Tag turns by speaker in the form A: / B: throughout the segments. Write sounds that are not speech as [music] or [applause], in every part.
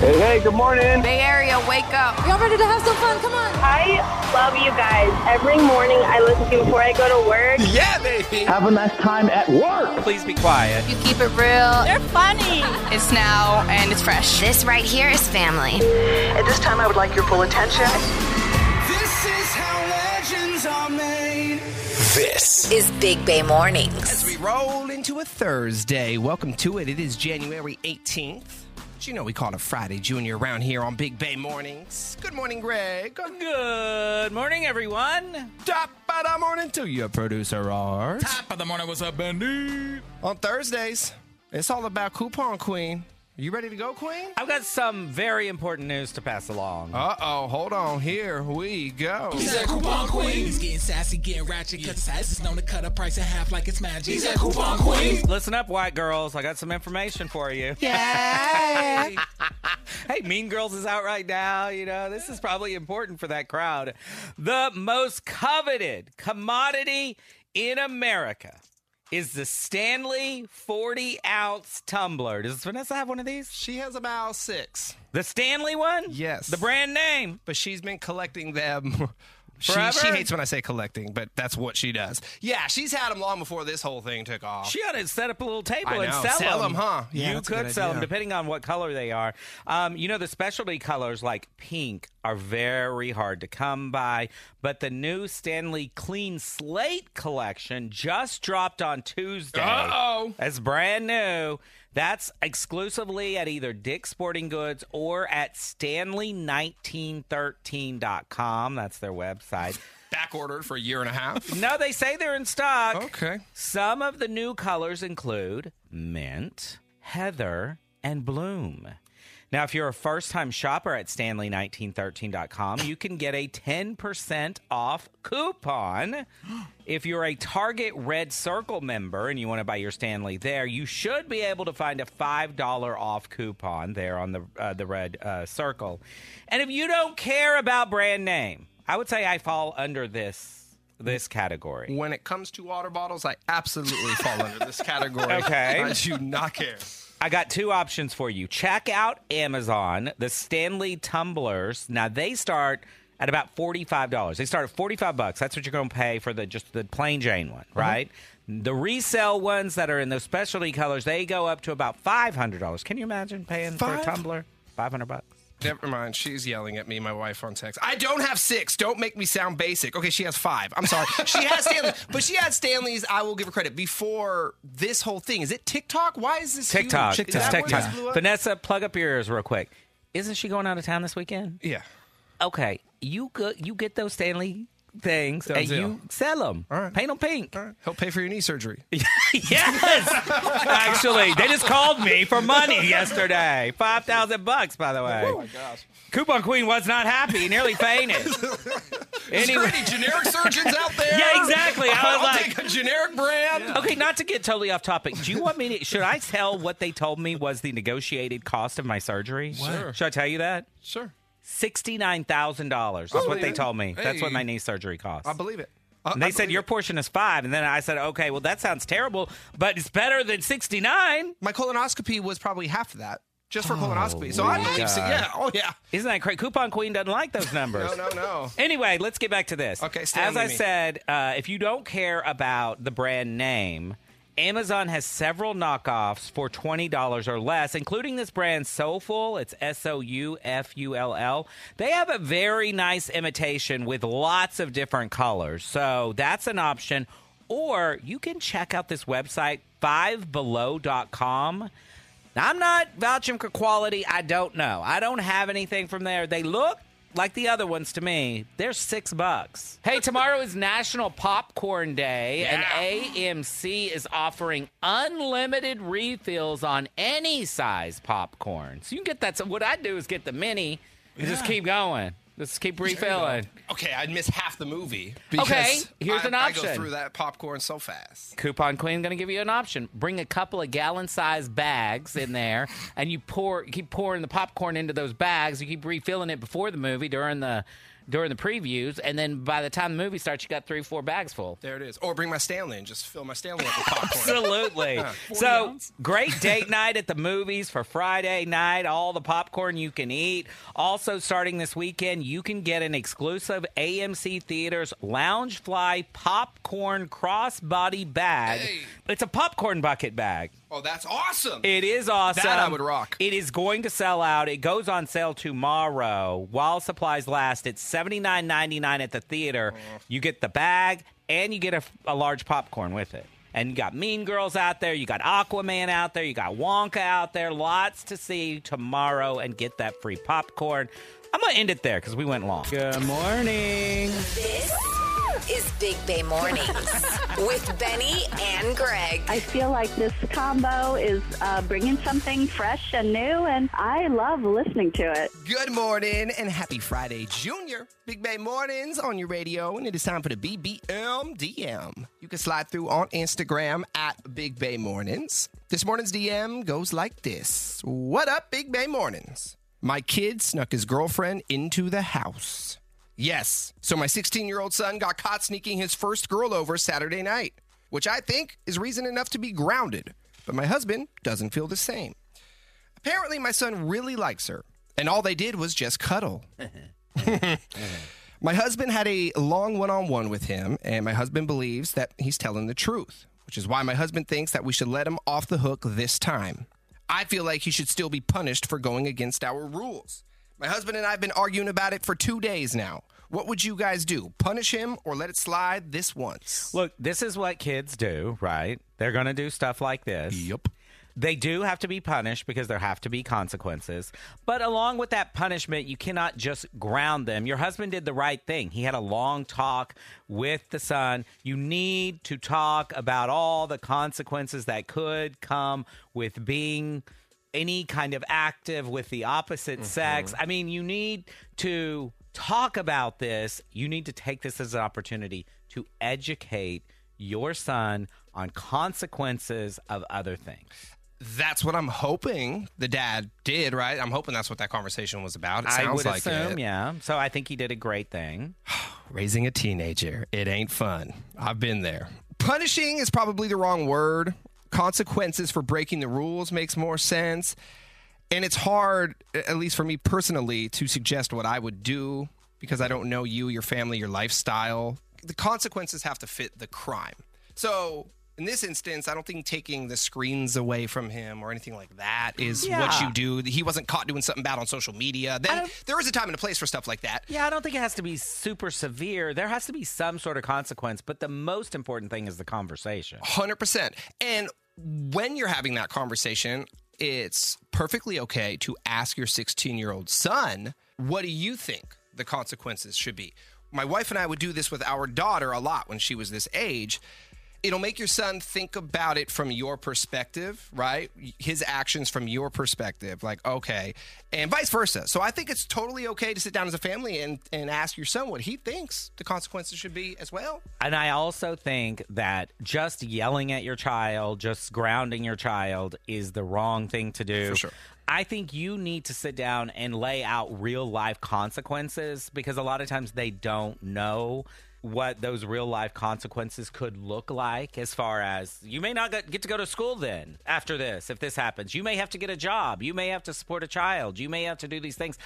A: Hey, hey, good morning.
B: Bay Area, wake up.
C: Y'all ready to have some fun? Come on.
D: I love you guys. Every morning I listen to you before I go to work.
E: Yeah, baby.
A: Have a nice time at work.
E: Please be quiet.
B: You keep it real.
F: They're funny.
B: It's now and it's fresh.
G: This right here is family.
H: At this time, I would like your full attention.
I: This is how legends are made.
E: This.
G: Is Big Bay Mornings.
E: As we roll into a Thursday, welcome to it. It is January 18th. But you know we call it Friday Junior around here on Big Bay Mornings. Good morning, Greg.
J: Good morning, everyone.
E: Top of the morning to you, producer Art.
J: Top of the morning. What's up, Bendy?
E: On Thursdays, it's all about Coupon Queen. You ready to go, Queen?
J: I've got some very important news to pass along.
E: Uh oh, hold on. Here we go.
K: He's that coupon queen. He's getting sassy, getting ratchet, cause size is known to cut a price in half like it's magic. He's that coupon queen.
J: Listen up, white girls. I got some information for you. [laughs]
E: Yeah.
J: hey, Mean Girls is out right now. You know, this is probably important for that crowd. The most coveted commodity in America is the Stanley 40 ounce tumbler. Does Vanessa have one of these?
E: she has about six,
J: The Stanley one?
E: Yes.
J: The brand name.
E: but she's been collecting
J: [laughs]
E: them. She,
J: Forever?
E: she hates when I say collecting, but that's what she does. Yeah, she's had them long before this whole thing took off.
J: She ought to set up a little table
E: I
J: and
E: know.
J: sell,
E: Sell
J: them.
E: 'em, huh? Yeah,
J: you
E: that's a good
J: could sell them
E: idea.
J: depending on what color they are. Um, you know, the specialty colors like pink are very hard to come by, but the new Stanley Clean Slate collection just dropped on Tuesday.
E: Uh-oh.
J: That's brand new. That's exclusively at either Dick's Sporting Goods or at Stanley1913.com. That's their website.
E: back ordered for a year and a
J: [laughs]
E: half.
J: No, they say they're in stock.
E: Okay.
J: Some of the new colors include mint, heather, and bloom. Now, if you're a first time shopper at Stanley1913.com, you can get a 10% off coupon. If you're a Target Red Circle member and you want to buy your Stanley there, you should be able to find a $5 off coupon there on the, uh, the Red uh, Circle. And if you don't care about brand name, I would say I fall under this this category.
E: When it comes to water bottles, I
J: [laughs]
E: absolutely fall under this category.
J: Okay.
E: I do not care.
J: I got two options for you. Check out Amazon, the Stanley Tumblers. Now they start at about $45. They start at 45 bucks. That's what you're going to pay for the just the plain Jane one,
E: Mm-hmm.
J: right? The resale ones that are in those specialty colors, they go up to about $500. Can you imagine paying for a
E: Five?
J: tumbler? 500 bucks.
E: Never mind. She's yelling at me, my wife on text. I don't have six. Don't make me sound basic. Okay, she has five. I'm
J: [laughs]
E: sorry. She has Stanley. But she had Stanley's, I will give her credit, before this whole thing. Is it TikTok? Why is this huge?
J: TikTok.
E: Is
J: It's
E: that where
J: TikTok.
E: this blew up?
J: Vanessa, plug up your ears real quick. Isn't she going out of town this weekend?
E: Yeah.
J: okay, you go, you get those Stanley things
E: Sounds
J: and you sell them.
E: All right.
J: Paint them pink.
E: All right. Help pay for your knee surgery.
J: [laughs] yes. Actually, they just called me for money yesterday. 5,000 bucks, by the way.
E: gosh.
J: Coupon Queen was not happy, nearly fainted.
E: Anyway.
J: anyway.
E: any generic surgeons out there?
J: [laughs] Yeah, exactly. I was
E: I'll
J: like-
E: take a generic brand.
J: Okay, not to get totally off topic. Do you want me to should I tell what they told me was the negotiated cost of my surgery?
E: Sure.
J: Should I tell you that?
E: Sure.
J: Sixty-nine thousand dollars is
E: I
J: what
E: believe
J: they
E: it.
J: told me. That's
E: Oh,
J: what
E: Hey.
J: my knee surgery cost.
E: I believe it. I-
J: And they
E: I
J: said
E: believe
J: your
E: it.
J: portion is five, and then I said, okay, well that sounds terrible, but it's better than sixty nine.
E: my colonoscopy was probably half of that, just for colonoscopy. So I
J: Holy
E: believe. So,
J: God.
E: yeah. Oh yeah.
J: Isn't that crazy? Coupon Queen doesn't
E: [laughs]
J: like those numbers.
E: No, no, no.
J: Anyway, let's get back to this.
E: Okay, stay
J: as
E: with
J: I
E: me.
J: said, uh, if you don't care about the brand name, Amazon has several knockoffs for twenty dollars or less, including this brand Soulful. It's S O U F U L L. They have a very nice imitation with lots of different colors, so that's an option. Or you can check out this website fivebelow.com. Now, I'm not vouching for quality. I don't know. I don't have anything from there. They look like the other ones to me. They're six bucks. Hey, tomorrow is National Popcorn Day, and AMC is offering unlimited refills on any size popcorn. So you can get that. So what I do is get the mini and just keep going. Just keep refilling.
E: Okay, I'd miss half the movie. Because
J: Okay, here's
E: I,
J: an
E: I go
J: option.
E: through that popcorn so fast.
J: Coupon Queen going to give you an option. Bring a couple of gallon-sized bags in there, and you pour, keep pouring the popcorn into those bags. You keep refilling it before the movie, during the
C: during the previews, and then by the time the movie starts, you got three, four bags full.
E: There it is. Or bring my Stanley and just fill my Stanley up with
J: [laughs]
E: popcorn.
J: Absolutely. so great date night at the movies for Friday night. All the popcorn you can eat. Also, starting this weekend, you can get an exclusive AMC Theaters Lounge Fly popcorn crossbody bag. It's a popcorn bucket bag.
E: oh, that's awesome.
J: It is awesome.
E: That I would rock.
J: It is going to sell out. It goes on sale tomorrow while supplies last. It's seventy nine ninety nine at the theater.
E: Mm.
J: You get the bag and you get a, a large popcorn with it. And you got Mean Girls out there. You got Aquaman out there. You got Wonka out there. Lots to see tomorrow and get that free popcorn. I'm going to end it there because we went long. Good morning.
G: This is Big Bay Mornings with Benny and Greg.
D: I feel like this combo is uh, bringing something fresh and new, and I love listening to it.
E: Good morning and happy Friday, Junior. Big Bay Mornings on your radio, and it is time for the BBM DM. You can slide through on Instagram at Big Bay Mornings. This morning's DM goes like this What up, Big Bay Mornings? My kid snuck his girlfriend into the house. Yes, so my 16 year old son got caught sneaking his first girl over Saturday night, which I think is reason enough to be grounded, but my husband doesn't feel the same. Apparently, my son really likes her, and all they did was just
J: [laughs]
E: cuddle. [laughs] my husband had a long one on one with him, and my husband believes that he's telling the truth, which is why my husband thinks that we should let him off the hook this time. I feel like he should still be punished for going against our rules. My husband and I have been arguing about it for two days now. What would you guys do? Punish him or let it slide this once?
J: Look, this is what kids do, right? They're going to do stuff like this. Yep. They do have to be punished because there have to be consequences. But along with that punishment, you cannot just ground them. Your husband did the right thing. He had a long talk with the son. You need to talk about all the consequences that could come with being any kind of active with the opposite sex. I mean, you need to talk about this. You need to take this as an opportunity to educate your son on consequences of other things.
E: That's what I'm hoping the dad did, right? I'm hoping that's what that conversation was about. It sounds
J: I would
E: like
J: assume,
E: it.
J: yeah. So I think he did a great thing.
E: Raising a teenager, it ain't fun. I've been there. Punishing is probably the wrong word. Consequences for breaking the rules makes more sense. And it's hard, at least for me personally, to suggest what I would do because I don't know you, your family, your lifestyle. The consequences have to fit the crime. So, in this instance, I don't think taking the screens away from him or anything like that is what
J: Yeah.
E: you do. He wasn't caught doing something bad on social media. Then there is a time and a place for stuff like that.
J: Yeah, I don't think it has to be super severe. There has to be some sort of consequence, but the most important thing is the conversation.
E: Hundred percent. And when you're having that conversation, it's perfectly okay to ask your 16 year old son, "What do you think the consequences should be?" My wife and I would do this with our daughter a lot when she was this age. It'll make your son think about it from your perspective, right? His actions from your perspective, like okay, and vice versa. So I think it's totally okay to sit down as a family and and ask your son what he thinks the consequences should be as well.
J: And I also think that just yelling at your child, just grounding your child is the wrong thing to do.
E: For sure.
J: I think you need to sit down and lay out real life consequences because a lot of times they don't know what those real life consequences could look like as far as you may not get get to go to school then after this if this happens you may have to get a job you may have to support a child you may have to do these things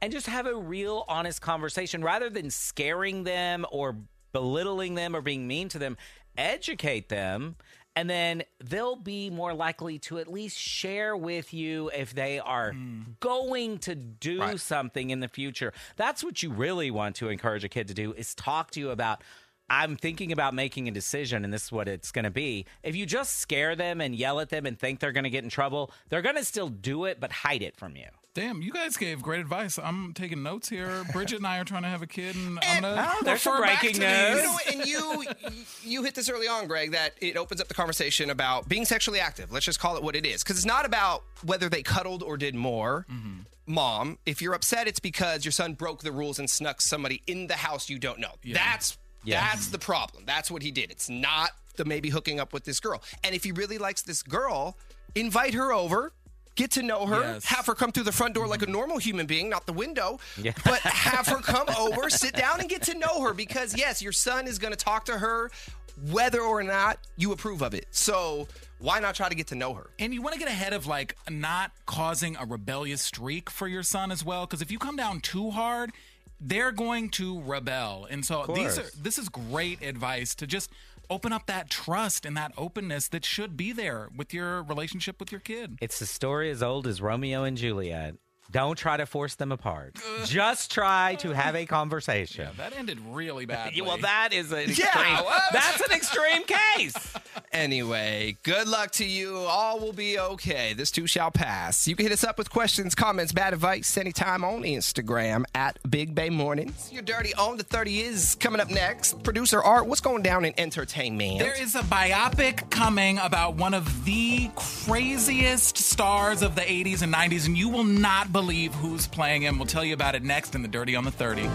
J: and just have a real honest conversation rather than scaring them or belittling them or being mean to them educate them and then they'll be more likely to at least share with you if they are going to do
E: Right.
J: something in the future. That's what you really want to encourage a kid to do is talk to you about I'm thinking about making a decision and this is what it's going to be. If you just scare them and yell at them and think they're going to get in trouble, they're going to still do it but hide it from you.
K: Damn, you guys gave great advice. I'm taking notes [laughs] here. Bridget and I are trying to have a kid, and I'm
E: And-
K: gonna.
J: Oh, there's some
K: refer back
J: breaking
K: to these.
J: news.
E: You know, what, and you you hit this early on, Greg, that it opens up the conversation about being sexually active. Let's just call it what it is, because it's not about whether they cuddled or did more.
J: Mm-hmm.
E: Mom, if you're upset, it's because your son broke the rules and snuck somebody in the house you don't know. That's that's the problem. That's what he did. It's not the maybe hooking up with this girl. And if he really likes this girl, invite her over. get to know her,
K: Yes.
E: have her come through the front door like a normal human being, not the window,
J: Yeah.
E: [laughs] but have her come over, sit down, and get to know her because, yes, your son is going to talk to her whether or not you approve of it. So why not try to get to know her?
K: And you want to get ahead of like not causing a rebellious streak for your son as well, because if you come down too hard, they're going to rebel. And so these are
J: course.
K: this is great advice to just open up that trust and that openness that should be there with your relationship with your kid.
J: It's a story as old as Romeo and Juliet. Don't try to force them [laughs] apart. Just try to have a conversation.
K: That ended [laughs] really badly.
J: Yeah, well, that is an
E: Yeah,
J: extreme.
E: what?
J: that's an extreme case.
E: [laughs] Anyway, good luck to you. All will be okay. This too shall pass. You can hit us up with questions, comments, bad advice anytime on Instagram at Big Bay Mornings. Your dirty on the 30 is coming up next. Producer Art, what's going down in entertainment?
K: There is a biopic coming about one of the craziest stars of the 80s and 90s, and you will not believe who's playing him. We'll tell you about it next in the Dirty on the 30.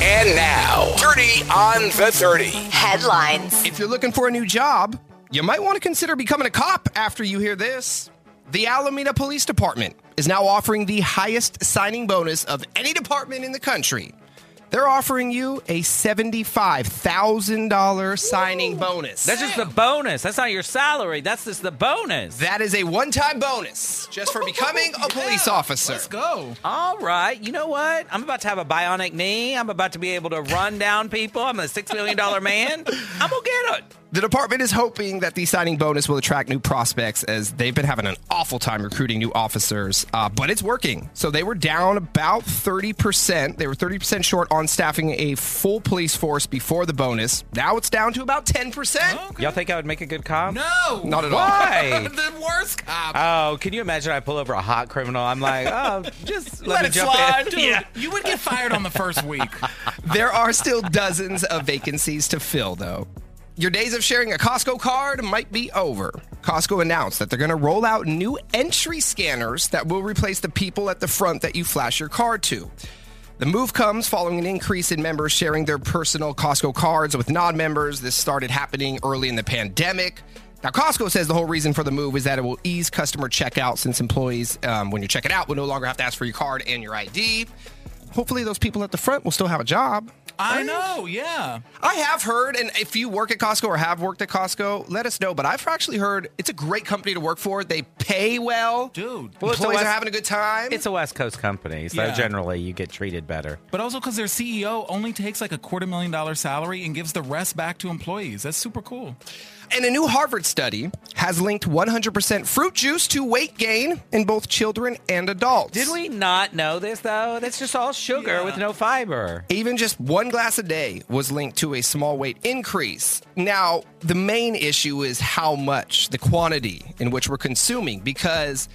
F: And now, 30 on the 30.
G: Headlines.
E: if you're looking for a new job, you might want to consider becoming a cop after you hear this. The Alameda Police Department is now offering the highest signing bonus of any department in the country. They're offering you a $75,000 signing bonus.
J: That's just the bonus. That's not your salary. That's just the bonus.
E: That is a one time bonus just for becoming a police officer.
K: Let's go.
J: All right. You know what? I'm about to have a bionic knee. I'm about to be able to run down people. I'm a six million dollar man. I'm gonna get it.
E: The department is hoping that the signing bonus will attract new prospects as they've been having an awful time recruiting new officers, uh, but it's working. So they were down about 30%. They were 30% short on staffing a full police force before the bonus. Now it's down to about 10%.
J: Y'all think I would make a good cop?
K: No.
E: Not at
J: Why?
K: [laughs] the worst cop.
J: Oh, can you imagine? I pull over a hot criminal. I'm like, oh, [laughs] just
E: Let
J: let, me
E: it
J: jump
E: slide.
J: in.
K: Dude, you would get fired on the first week.
E: all. There are still dozens of vacancies to fill, though. Your days of sharing a Costco card might be over. Costco announced that they're going to roll out new entry scanners that will replace the people at the front that you flash your card to. The move comes following an increase in members sharing their personal Costco cards with non members. This started happening early in the pandemic. Now, Costco says the whole reason for the move is that it will ease customer checkout since employees, um, when you're checking out, will no longer have to ask for your card and your ID. Hopefully, those people at the front will still have a job.
K: I know, yeah.
E: I have heard, and if you work at Costco or have worked at Costco, let us know. But I've actually heard it's a great company to work for. They pay well.
K: Dude.
J: Well, it's
E: Employees
J: a
E: are
J: West-
E: having a good time.
J: It's a West Coast company, so
K: Yeah.
J: generally you get treated better.
K: But also because their CEO only takes like a quarter million dollar salary and gives the rest back to employees. That's super cool.
E: And a new Harvard study has linked 100% fruit juice to weight gain in both children and adults.
J: Did we not know this though? That's just all sugar with no fiber.
E: Even just one glass a day was linked to a small weight increase. Now, the main issue is how much, the quantity in which we're consuming, because,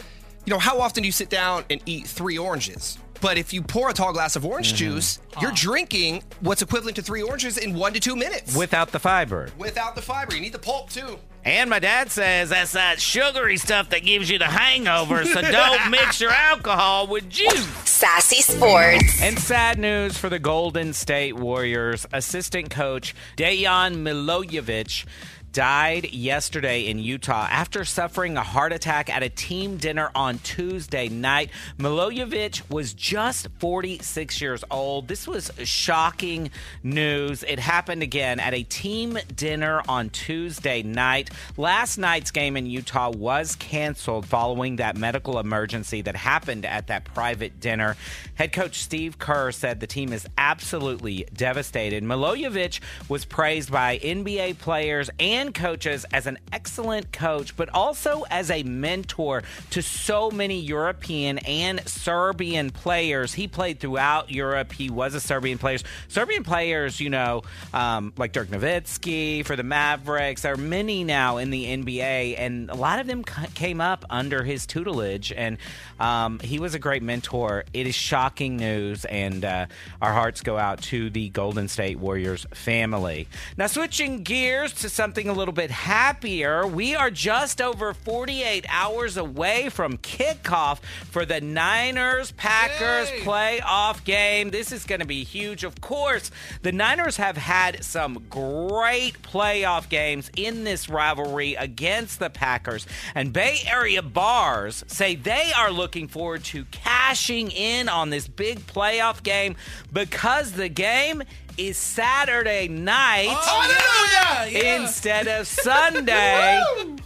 E: you know, how often do you sit down and eat three oranges? But if you pour a tall glass of orange juice, you're drinking what's equivalent to three oranges in one to two minutes.
J: Without the fiber.
E: Without the fiber, you need the pulp too.
J: And my dad says that's that sugary stuff that gives you the hangover, so don't mix your alcohol with juice.
G: Sassy Sports.
J: And sad news for the Golden State Warriors. Assistant coach Dejan Milojevic died yesterday in Utah after suffering a heart attack at a team dinner on Tuesday night. Milojevic was just 46 years old. This was shocking news. It happened again at a team dinner on Tuesday night. Last night's game in Utah was canceled following that medical emergency that happened at that private dinner. Head coach Steve Kerr said the team is absolutely devastated. Milojevic was praised by NBA players and coaches as an excellent coach, but also as a mentor to so many European and Serbian players. He played throughout Europe. He was a Serbian player. Serbian players, you know, um, like Dirk Nowitzki for the Mavericks. There are many now in the NBA, and a lot of them c- came up under his tutelage. And um, he was a great mentor. It is shocking news, and uh, our hearts go out to the Golden State Warriors family. Now, switching gears to something a a little bit happier, we are just over 48 hours away from kickoff for the Niners Packers playoff game. This is going to be huge. Of course, the Niners have had some great playoff games in this rivalry against the Packers, and Bay Area bars say they are looking forward to cashing in on this big playoff game because the game is Saturday night
K: Oh, yeah, yeah.
J: instead of
K: [laughs]
J: Sunday.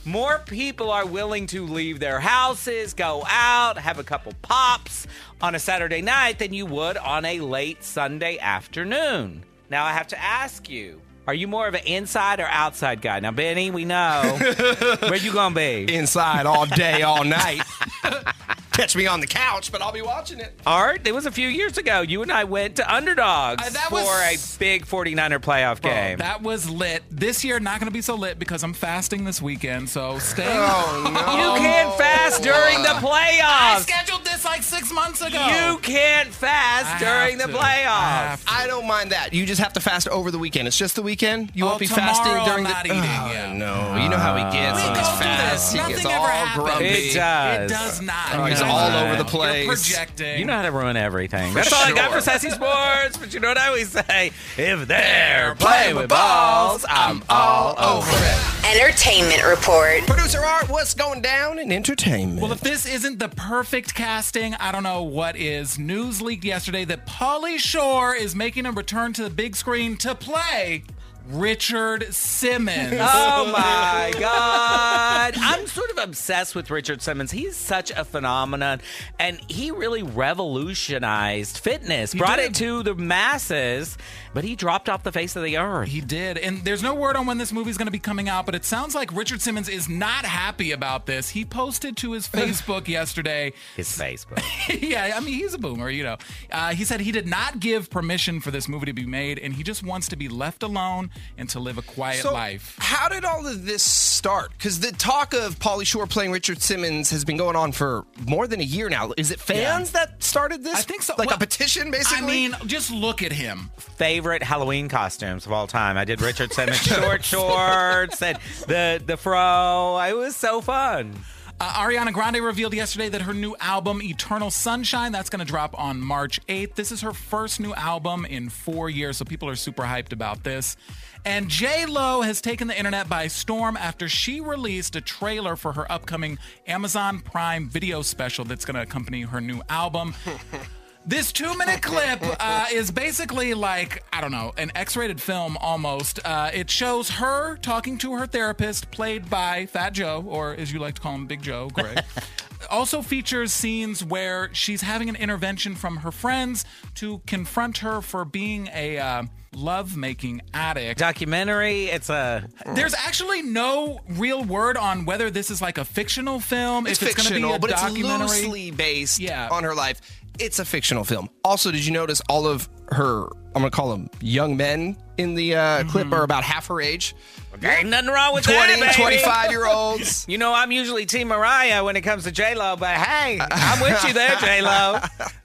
J: More people are willing to leave their houses, go out, have a couple pops on a Saturday night than you would on a late Sunday afternoon. Now, I have to ask you. Are you more of an inside or outside guy? Now, Benny, we
K: [laughs]
J: know. Where you gonna be?
E: Inside all day, all [laughs] night. Catch me on the couch, but I'll be watching it.
J: Art, it was a few years ago. You and I went to Underdogs
K: Uh, that
J: for
K: was-
J: a big 49er playoff
K: Bro,
J: game.
K: That was lit. This year, not going to be so lit because I'm fasting this weekend. So stay.
E: [laughs] Oh no!
J: you can't fast
K: Oh.
J: during the
K: I
J: playoffs.
K: scheduled this like six months ago.
J: You can't
K: I
J: fast
K: have
J: during the
K: to. I
J: playoffs.
K: have to.
E: I don't mind that. You just have to fast over the weekend. It's just the weekend. You
K: Oh,
E: won't be
K: tomorrow
E: fasting during
K: I'm
E: the.
K: not eating,
E: Oh,
K: yeah.
E: No, you know how he gets
K: We
E: on
K: go
E: his
K: through this.
E: fasting.
K: Nothing
E: it's
K: ever
E: all
K: happens.
E: grumpy.
J: It
K: It
J: does.
K: does not.
E: Oh, he's
K: It does
E: all
K: not.
E: over the place.
K: You're projecting.
J: You know how to ruin everything.
E: For
J: That's all I got
E: sure.
J: for Sassy Sports, but you know what I always say? If [laughs] they're playing with balls, I'm all over it.
G: Entertainment report.
E: Producer Art, what's going down in entertainment?
K: Well, if this isn't the perfect casting, I don't know what is. News leaked yesterday that Pauly Shore is making a return to the big screen to play Richard
E: [laughs]
K: Simmons.
J: Oh [laughs] my God. I'm sort of obsessed with Richard Simmons. He's such a phenomenon, and he really revolutionized fitness, brought
K: did.
J: it to the masses, but he dropped off the face of the earth.
K: He did. And there's no word on when this movie's going to be coming out, but it sounds like Richard Simmons is not happy about this. He posted to
E: [laughs]
K: his Facebook yesterday. [laughs]
J: His Facebook.
K: yeah, I mean, he's a boomer, you know. Uh, he said he did not give permission for this movie to be made, and he just wants to be left alone and to live a quiet
E: So,
K: life.
E: How did all of this start? Because the talk of Pauly Shore playing Richard Simmons has been going on for more than a year now. Is it fans that started this?
K: I think so.
E: Like
K: Well,
E: a petition, basically.
K: I mean, just look at him.
J: favorite Halloween costumes of all time. I did Richard Simmons short shorts and the the fro. It was so fun.
K: Uh, Ariana Grande revealed yesterday that her new album, Eternal Sunshine, that's going to drop on March 8th. This is her first new album in four years, so people are super hyped about this. And J Lo has taken the internet by storm after she released a trailer for her upcoming Amazon Prime video special that's going to accompany her new album. This two minute clip uh, is basically like, I don't know, an X rated film almost. Uh, it shows her talking to her therapist, played by Fat Joe, or as you like to call him, Big Joe, Greg.
E: [laughs]
K: also features scenes where she's having an intervention from her friends to confront her for being a uh, love making addict.
J: Documentary. It's a
K: There's actually no real word on whether this is like a fictional film,
E: it's
K: if it's going to
E: fictional,
K: be a
E: but it's
K: documentary.
E: loosely based
K: Yeah.
E: on her life. It's a fictional film. Also, did you notice all of her? I'm gonna call them young men in the uh,
K: Mm-hmm.
E: clip are about half her age.
J: there ain't nothing wrong with
E: 20,
J: that, baby.
E: 25
K: [laughs]
E: year olds.
J: You know, I'm usually Team Mariah when it comes to J Lo, but hey, I'm with you there, J Lo.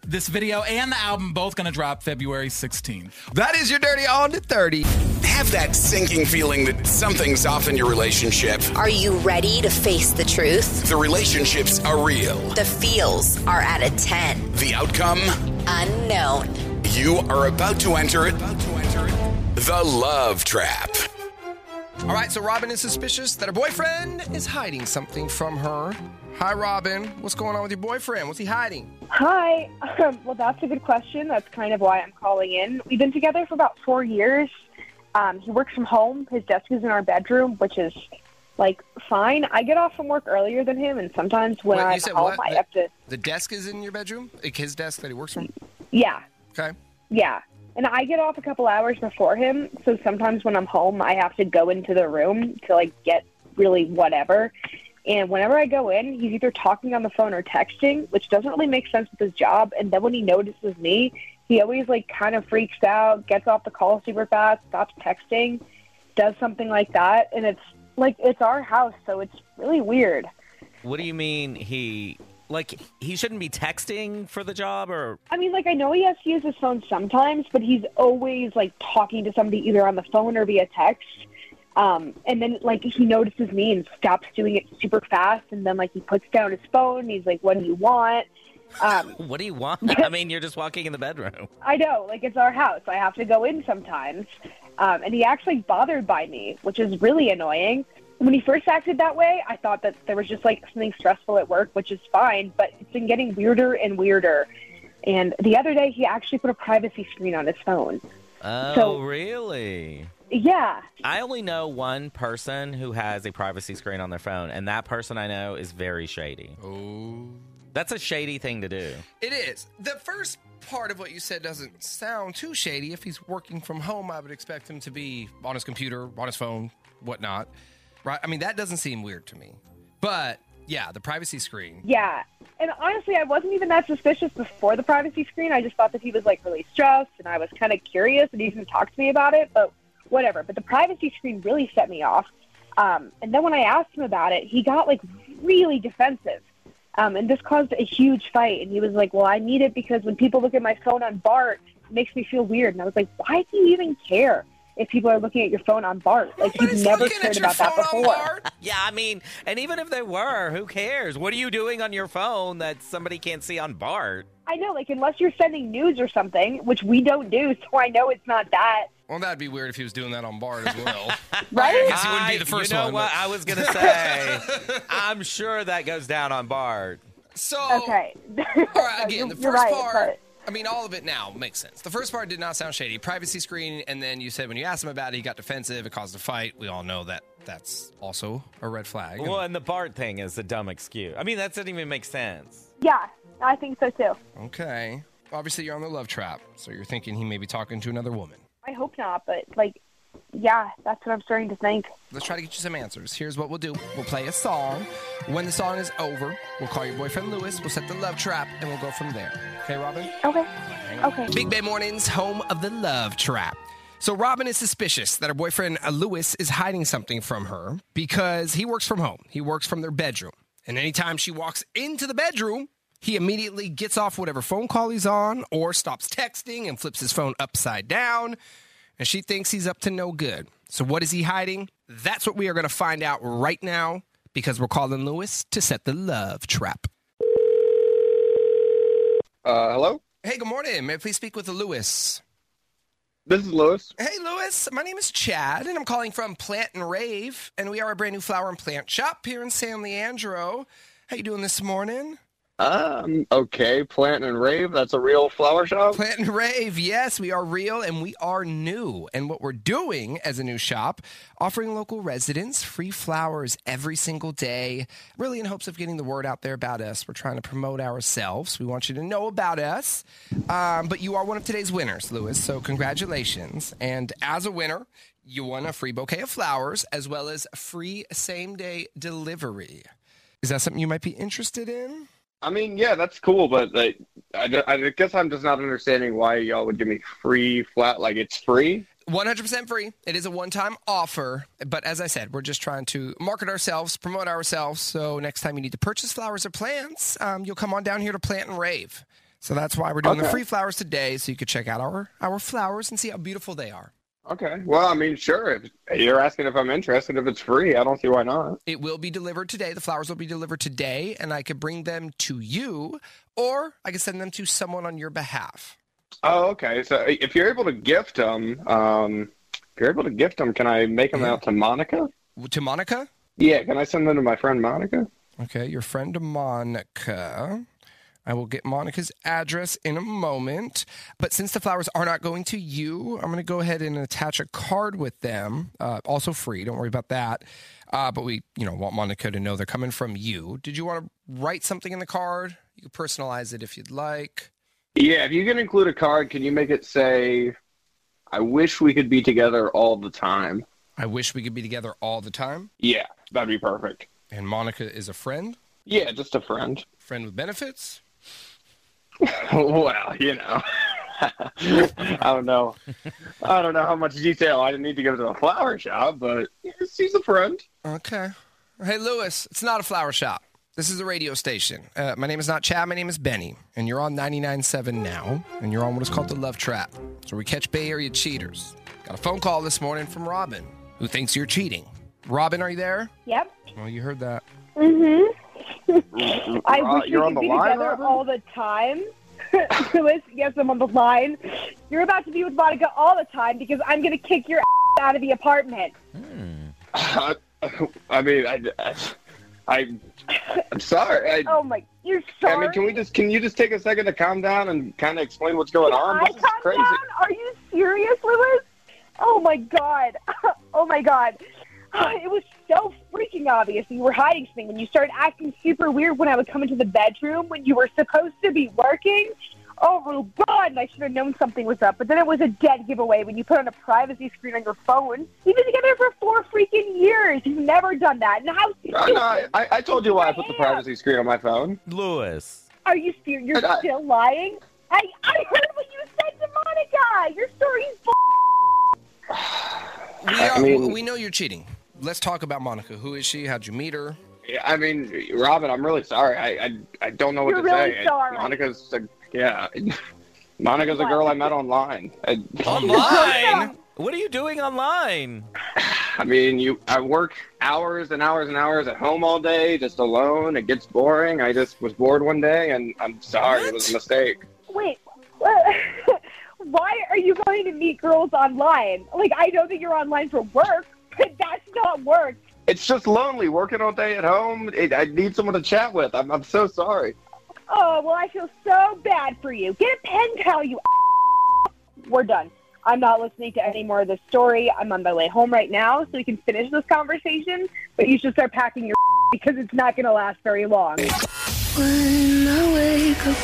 K: This video and the album both going to drop February 16th.
E: that is your dirty on to 30.
F: Have that sinking feeling that something's off in your relationship.
G: Are you ready to face the truth?
F: The relationships are real.
G: The feels are at a 10.
F: The outcome,
G: Unknown.
F: you are about to enter it. The love trap.
E: All right, so Robin is suspicious that her boyfriend is hiding something from her. Hi, Robin. What's going on with your boyfriend? What's he hiding?
L: Hi. [laughs] Um, well, that's a good question. That's kind of why I'm calling in. We've been together for about four years. Um, he works from home. His desk is in our bedroom, which is like fine. I get off from work earlier than him, and sometimes when
E: Wait, you
L: I'm
E: said
L: home,
E: what?
L: I have to.
E: The desk is in your bedroom? Like his desk that he works from?
L: Yeah,
E: Okay.
L: yeah. And I get off a couple hours before him, so sometimes when I'm home, I have to go into the room to like get really whatever. And whenever I go in, he's either talking on the phone or texting, which doesn't really make sense with his job. And then when he notices me, he always like kind of freaks out, gets off the call super fast, stops texting, does something like that. And it's like it's our house, so it's really weird.
J: What do you mean he like he shouldn't be texting for the job or
L: I mean, like I know he has to use his phone sometimes, but he's always like talking to somebody either on the phone or via text. Um, and then like he notices me and stops doing it super fast, and then like he puts down his phone. And he's like, "What do you want?" Um,
J: What do you want? I mean, you're just walking in the bedroom.
L: I know, like it's our house. I have to go in sometimes. Um, and he acts like bothered by me, which is really annoying. When he first acted that way, I thought that there was just like something stressful at work, which is fine, but it's been getting weirder and weirder. And the other day, he actually put a privacy screen on his phone.
J: Oh,
L: So-
J: really?
L: Yeah,
J: I only know one person who has a privacy screen on their phone, and that person I know is very shady. Oh. That's a shady thing to do.
E: It is. The first part of what you said doesn't sound too shady. If he's working from home, I would expect him to be on his computer, on his phone, whatnot. Right? I mean, that doesn't seem weird to me. But yeah, the privacy screen.
L: yeah. And honestly, I wasn't even that suspicious before the privacy screen. I just thought that he was like really stressed, and I was kind of curious, and he even talked to me about it, but whatever. But the privacy screen really set me off. Um, and then when I asked him about it, he got like really defensive. Um, and this caused a huge fight. And he was like, Well, I need it because when people look at my phone on BART, it makes me feel weird. And I was like, Why do you even care if people are looking at your phone on BART? Like, you've never cared about that before.
J: [laughs] yeah, I mean, and even if they were, who cares? What are you doing on your phone that somebody can't see on Bart?
L: I know, like, unless you're sending news or something, which we don't do, so I know it's not that.
E: Well, that'd be weird if he was doing that on Bard as well.
L: [laughs] Right?
E: I guess he wouldn't be the first
J: you know
E: one.
J: what
E: but-
J: I
E: [laughs]
J: was gonna say? I'm sure that goes down on Bart.
E: So
L: okay,
E: all right,
L: [laughs]
E: again, the 1st
L: you're right,
E: part. I mean, all of it now makes sense. The first part did not sound shady. Privacy screen, and then you said when you asked him about it, he got defensive. It caused a fight. We all know that that's also a red flag.
J: Well, and the Bart thing is a dumb excuse. I mean, that doesn't even make sense.
L: Yeah, I think so too.
E: Okay. Obviously, you're on the love trap, so you're thinking he may be talking to another woman.
L: I hope not, but, like, yeah, that's what I'm starting to think.
E: Let's try to get you some answers. Here's what we'll do we'll play a song. When the song is over, we'll call your boyfriend Lewis, we'll set the love trap, and we'll go from there. Okay, Robin?
L: Okay.
E: Okay. Big Bay Mornings, home of the love trap. So, Robin is suspicious that her boyfriend uh, Lewis is hiding something from her because he works from home, he works from their bedroom. And anytime she walks into the bedroom, he immediately gets off whatever phone call he's on or stops texting and flips his phone upside down. And she thinks he's up to no good. So, what is he hiding? That's what we are going to find out right now because we're calling Lewis to set the love trap.
M: Uh, hello?
E: Hey, good morning. May I please speak with Lewis?
M: This is Lewis.
E: Hey, Lewis. My name is Chad, and I'm calling from Plant and Rave, and we are a brand new flower and plant shop here in San Leandro. How you doing this morning?
M: Um, okay, Plant and Rave. That's a real flower shop.
E: Plant and Rave, yes, we are real and we are new. And what we're doing as a new shop, offering local residents free flowers every single day, really in hopes of getting the word out there about us. We're trying to promote ourselves. We want you to know about us. Um, but you are one of today's winners, Lewis. So congratulations. And as a winner, you won a free bouquet of flowers as well as free same day delivery. Is that something you might be interested in?
M: I mean, yeah, that's cool, but like, I, ju- I guess I'm just not understanding why y'all would give me free flat. Like, it's free.
E: 100% free. It is a one time offer. But as I said, we're just trying to market ourselves, promote ourselves. So next time you need to purchase flowers or plants, um, you'll come on down here to Plant and Rave. So that's why we're doing the
M: Okay.
E: free flowers today. So you could check out our, our flowers and see how beautiful they are.
M: Okay. Well, I mean, sure. If you're asking if I'm interested, if it's free, I don't see why not.
E: It will be delivered today. The flowers will be delivered today, and I could bring them to you, or I could send them to someone on your behalf.
M: Oh, okay. So if you're able to gift them, um, if you're able to gift them, can I make them out to Monica?
E: To Monica?
M: Yeah. Can I send them to my friend Monica?
E: Okay, your friend Monica. I will get Monica's address in a moment. But since the flowers are not going to you, I'm going to go ahead and attach a card with them. Uh, also free. Don't worry about that. Uh, but we, you know, want Monica to know they're coming from you. Did you want to write something in the card? You can personalize it if you'd like.
M: Yeah, if you can include a card, can you make it say, I wish we could be together all the time?
E: I wish we could be together all the time.
M: Yeah, that'd be perfect.
E: And Monica is a friend.
M: Yeah, just a friend. [laughs]
E: Friend with benefits.
M: well, you know. [laughs] I don't know. I don't know how much detail I didn't need to go to the flower shop, but she's a friend.
E: Okay. Hey, Lewis, it's not a flower shop. This is a radio station. Uh, my name is not Chad. My name is Benny. And you're on 99.7 now. And you're on what is called the Love Trap. So we catch Bay Area cheaters. Got a phone call this morning from Robin. who thinks you're cheating. Robin, are you there?
L: Yep.
E: Well, Oh, you heard that.
L: Mm-hmm. I
M: Uh,
E: You're
L: wish we
E: on
L: could
E: the
L: be
E: line,
L: together
E: Robin?
L: all the time. [laughs] Lewis, yes, I'm on the line. You're about to be with Monica all the time because I'm going to kick your [laughs] ass out of the apartment.
M: I, mean, [laughs] I, I, I'm- I'm sorry. I,
L: oh my, you're sorry.
M: I mean, can we just can you just take a second to calm down and kind of explain what's going on?
L: I
M: This is crazy.
L: down? Are you serious, Lewis? Oh my god. [laughs] Oh my god. [sighs] It was so freaking obvious that you were hiding something when you started acting super weird when I would come into the bedroom when you were supposed to be working. Oh my god, I should have known something was up. But then it was a dead giveaway when you put on a privacy screen on your phone. You've been together for four freaking years. You've never done that. And how
M: No,
L: stupid.
M: no, I, I I told you why I put the privacy screen on my phone.
J: Lewis.
L: Are you serious? You're
M: And I-
L: still lying? I, I heard what you said to Monica. Your story's bull-
E: We,
M: I
E: are,
M: mean-
E: we know you're cheating. Let's talk about Monica. Who is she? How'd you meet her?
M: Yeah, I mean, Robin, I'm really sorry. I I, I don't know what
E: You're
M: to
E: really
M: say.
E: sorry.
M: Monica's a, yeah. [laughs] Monica's a
E: What?
M: girl I met online. I,
J: Oh. Online? what are you doing online?
M: [laughs] I mean, you I work hours and hours and hours at home all day, just alone. It gets boring. I just was bored one day, and I'm sorry, it was a mistake.
L: Wait, what- [laughs] why are you going to meet girls online? Like, I know that you're online for work, but that's not work.
M: It's just lonely working all day at home. It, I need someone to chat with. I'm, I'm so sorry.
L: Oh, well, I feel so bad for you. Get a pen pal, you [laughs] We're done. I'm not listening to any more of this story. I'm on my way home right now, so we can finish this conversation, but you should start packing your [laughs] because it's not going to last very long.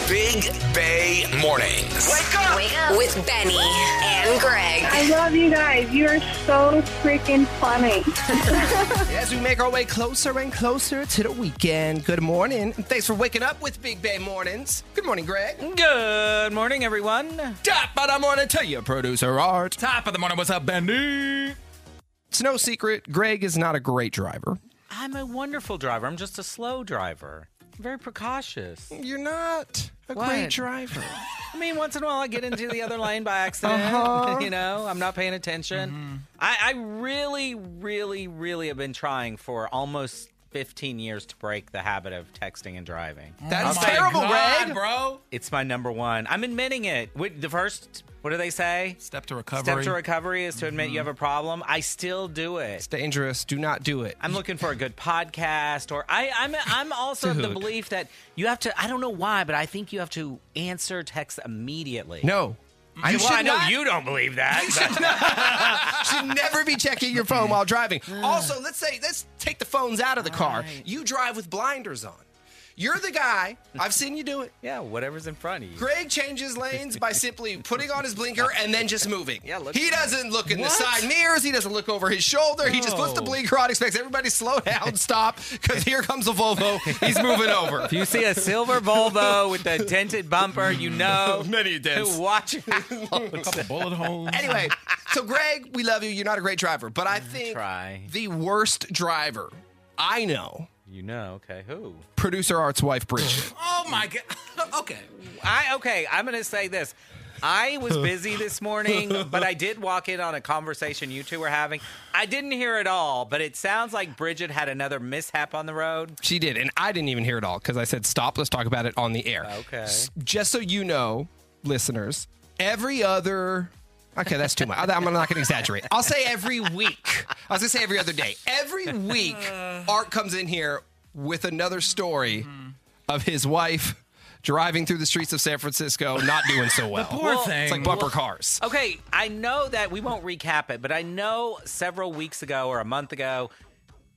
F: Big Bay Mornings. Wake up!
G: Wake up with Benny and Greg.
D: I love you guys. You are so freaking funny.
E: As we make our way closer and closer to the weekend, good morning. And thanks for waking up with Big Bay Mornings. Good morning, Greg.
J: Good morning, everyone.
E: Top but I'm gonna tell you, producer Art.
K: Top of the morning. What's up, Bendy?
E: It's no secret, Greg is not a great driver.
J: I'm a wonderful driver. I'm just a slow driver. Very precautious.
E: You're not a great
J: [laughs]
E: driver.
J: I mean, once in a while I get into the other lane by accident. [laughs]
E: Uh-huh.
J: You know, I'm not paying attention. I, I really, really, really have been trying for almost 15 years to break the habit of texting and driving.
E: That
J: I'll
E: is
J: say-
E: terrible,
K: Oh God,
E: Greg.
K: bro.
J: It's my number one. I'm admitting it. Wait, The first, what do they say?
K: Step to recovery.
J: Step to recovery is to admit you have a problem. I still do it.
E: It's dangerous. Do not do it.
J: I'm looking for a good podcast, or I, I'm [laughs] I'm also of the
E: Dude.
J: belief that you have to. I don't know why, but I think you have to answer text immediately.
E: No. I
J: well, I know
E: not,
J: you don't believe that. but-
E: [laughs] should never be checking your phone while
J: [laughs]
E: driving. Also, let's say let's take the phones out of the car. You drive with blinders on. You're the guy. I've seen you do it.
J: yeah, whatever's in front of you.
E: Greg changes lanes by simply putting on his blinker and then just moving. Yeah,
J: look-
E: he doesn't look in the
J: What?
E: side mirrors. He doesn't look over his shoulder. He just puts the
K: Oh.
J: No.
E: blinker on, expects everybody to
K: [laughs]
E: slow down, stop, because here comes a Volvo. He's moving over.
J: If you see a silver Volvo with a tinted bumper, you [laughs] know
E: [laughs] Many dents.
J: to [laughs] watch out.
K: A couple [laughs] bullet
J: [laughs]
K: holes.
E: Anyway, so Greg, we love you. You're not a great driver, but I think
J: Try.
E: the worst driver I know,
J: You know, okay, who?
E: producer Art's wife, Bridget.
K: [gasps] Oh my god. [laughs] okay.
J: I okay. I'm gonna say this. I was busy this morning, but I did walk in on a conversation you two were having. I didn't hear it all, but it sounds like Bridget had another mishap on the road.
E: She did, and I didn't even hear it all because I said, "Stop, let's talk about it on the
K: Oh,
E: air."
J: Okay.
E: S- Just so you know, listeners, every other. Okay, that's too much. I'm not going to exaggerate. I'll say every week. I was going to say every other day. Every week, Art comes in here with another story of his wife driving through the streets of San Francisco, not doing so well.
K: poor Well, thing.
E: It's like bumper
J: well-
E: cars.
J: Okay, I know that we won't recap it, but I know several weeks ago or a month ago,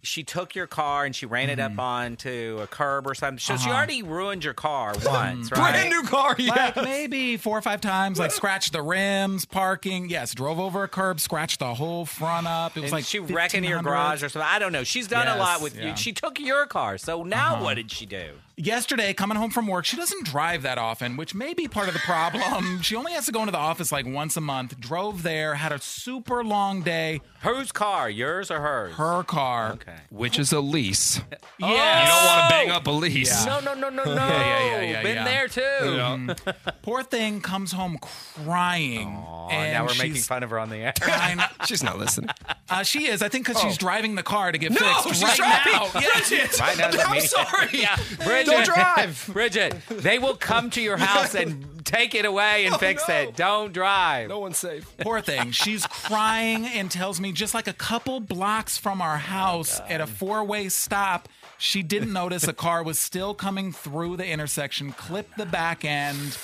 J: she took your car and she ran it up onto a curb or something. So she
K: Mm-hmm. Uh-huh. Mm-hmm.
J: already ruined your car once, right?
E: Brand new car. Yeah.
K: Like maybe four or five times, like scratched the rims, parking. Yes, drove over a curb, scratched the whole front up. It was
J: And
K: like
J: she wrecked into your
K: 1500.
J: garage or something. I don't know. She's done a lot
K: Yes,
J: with
K: yeah. Uh-huh.
J: you. She took your car. So now what did she do?
K: yesterday coming home from work she doesn't drive that often which may be part of the problem [laughs] she only has to go into the office like once a month drove there had a super long day
J: Whose car? Yours or hers?
K: her car
J: Okay.
E: Which is a lease.
K: yes
J: want to
K: hang up a lease.
C: No, no, no, no, no.
K: Yeah, yeah, yeah, yeah,
C: Been
K: yeah.
C: there too.
K: Mhm. Poor thing comes home crying. and
J: now we're making
K: she's-
J: fun of her on the air. [laughs]
E: she's not listening.
K: Uh, she is, I think, because she's
J: Oh.
K: driving the car to get
J: No,
K: fixed
J: she's
K: right
J: driving.
K: now.
J: Bridget! [laughs] Right
E: [laughs]
J: now,
K: I'm
J: that means-
K: sorry.
C: Bridget,
J: [laughs]
K: Don't drive.
C: Bridget, they will come to your house and take it away and
K: [laughs] Oh,
C: fix
K: no.
C: it. Don't drive.
E: No one's safe.
K: [laughs] Poor thing. She's crying and tells me just like a couple blocks from our
J: Oh,
K: house at a four way stop, she
J: [laughs]
K: didn't notice a car was still coming through the intersection, clipped the back end.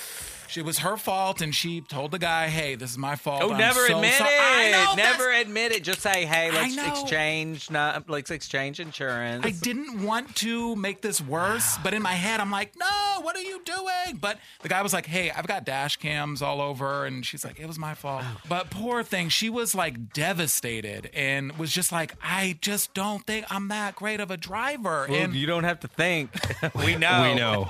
K: It was her fault, and she told the guy, "Hey, this is my fault."
J: Oh,
K: I'm
J: never
K: so
J: admit
K: sorry." I
J: it.
K: know, that's-
J: never admit it. Just say, hey, let's
K: know.
J: exchange. Not, let's exchange insurance.
K: I didn't want to make this
J: [sighs]
K: worse, but in my head, I'm like, no, what are you doing? But the guy was like, hey, I've got dash cams all over. And she's like, it was my fault.
J: Oh.
K: But poor thing, she was like devastated and was just like, I just don't think I'm that great of a driver.
J: Well,
K: And
J: you don't have
K: [laughs]
J: to think. we know.
E: We know.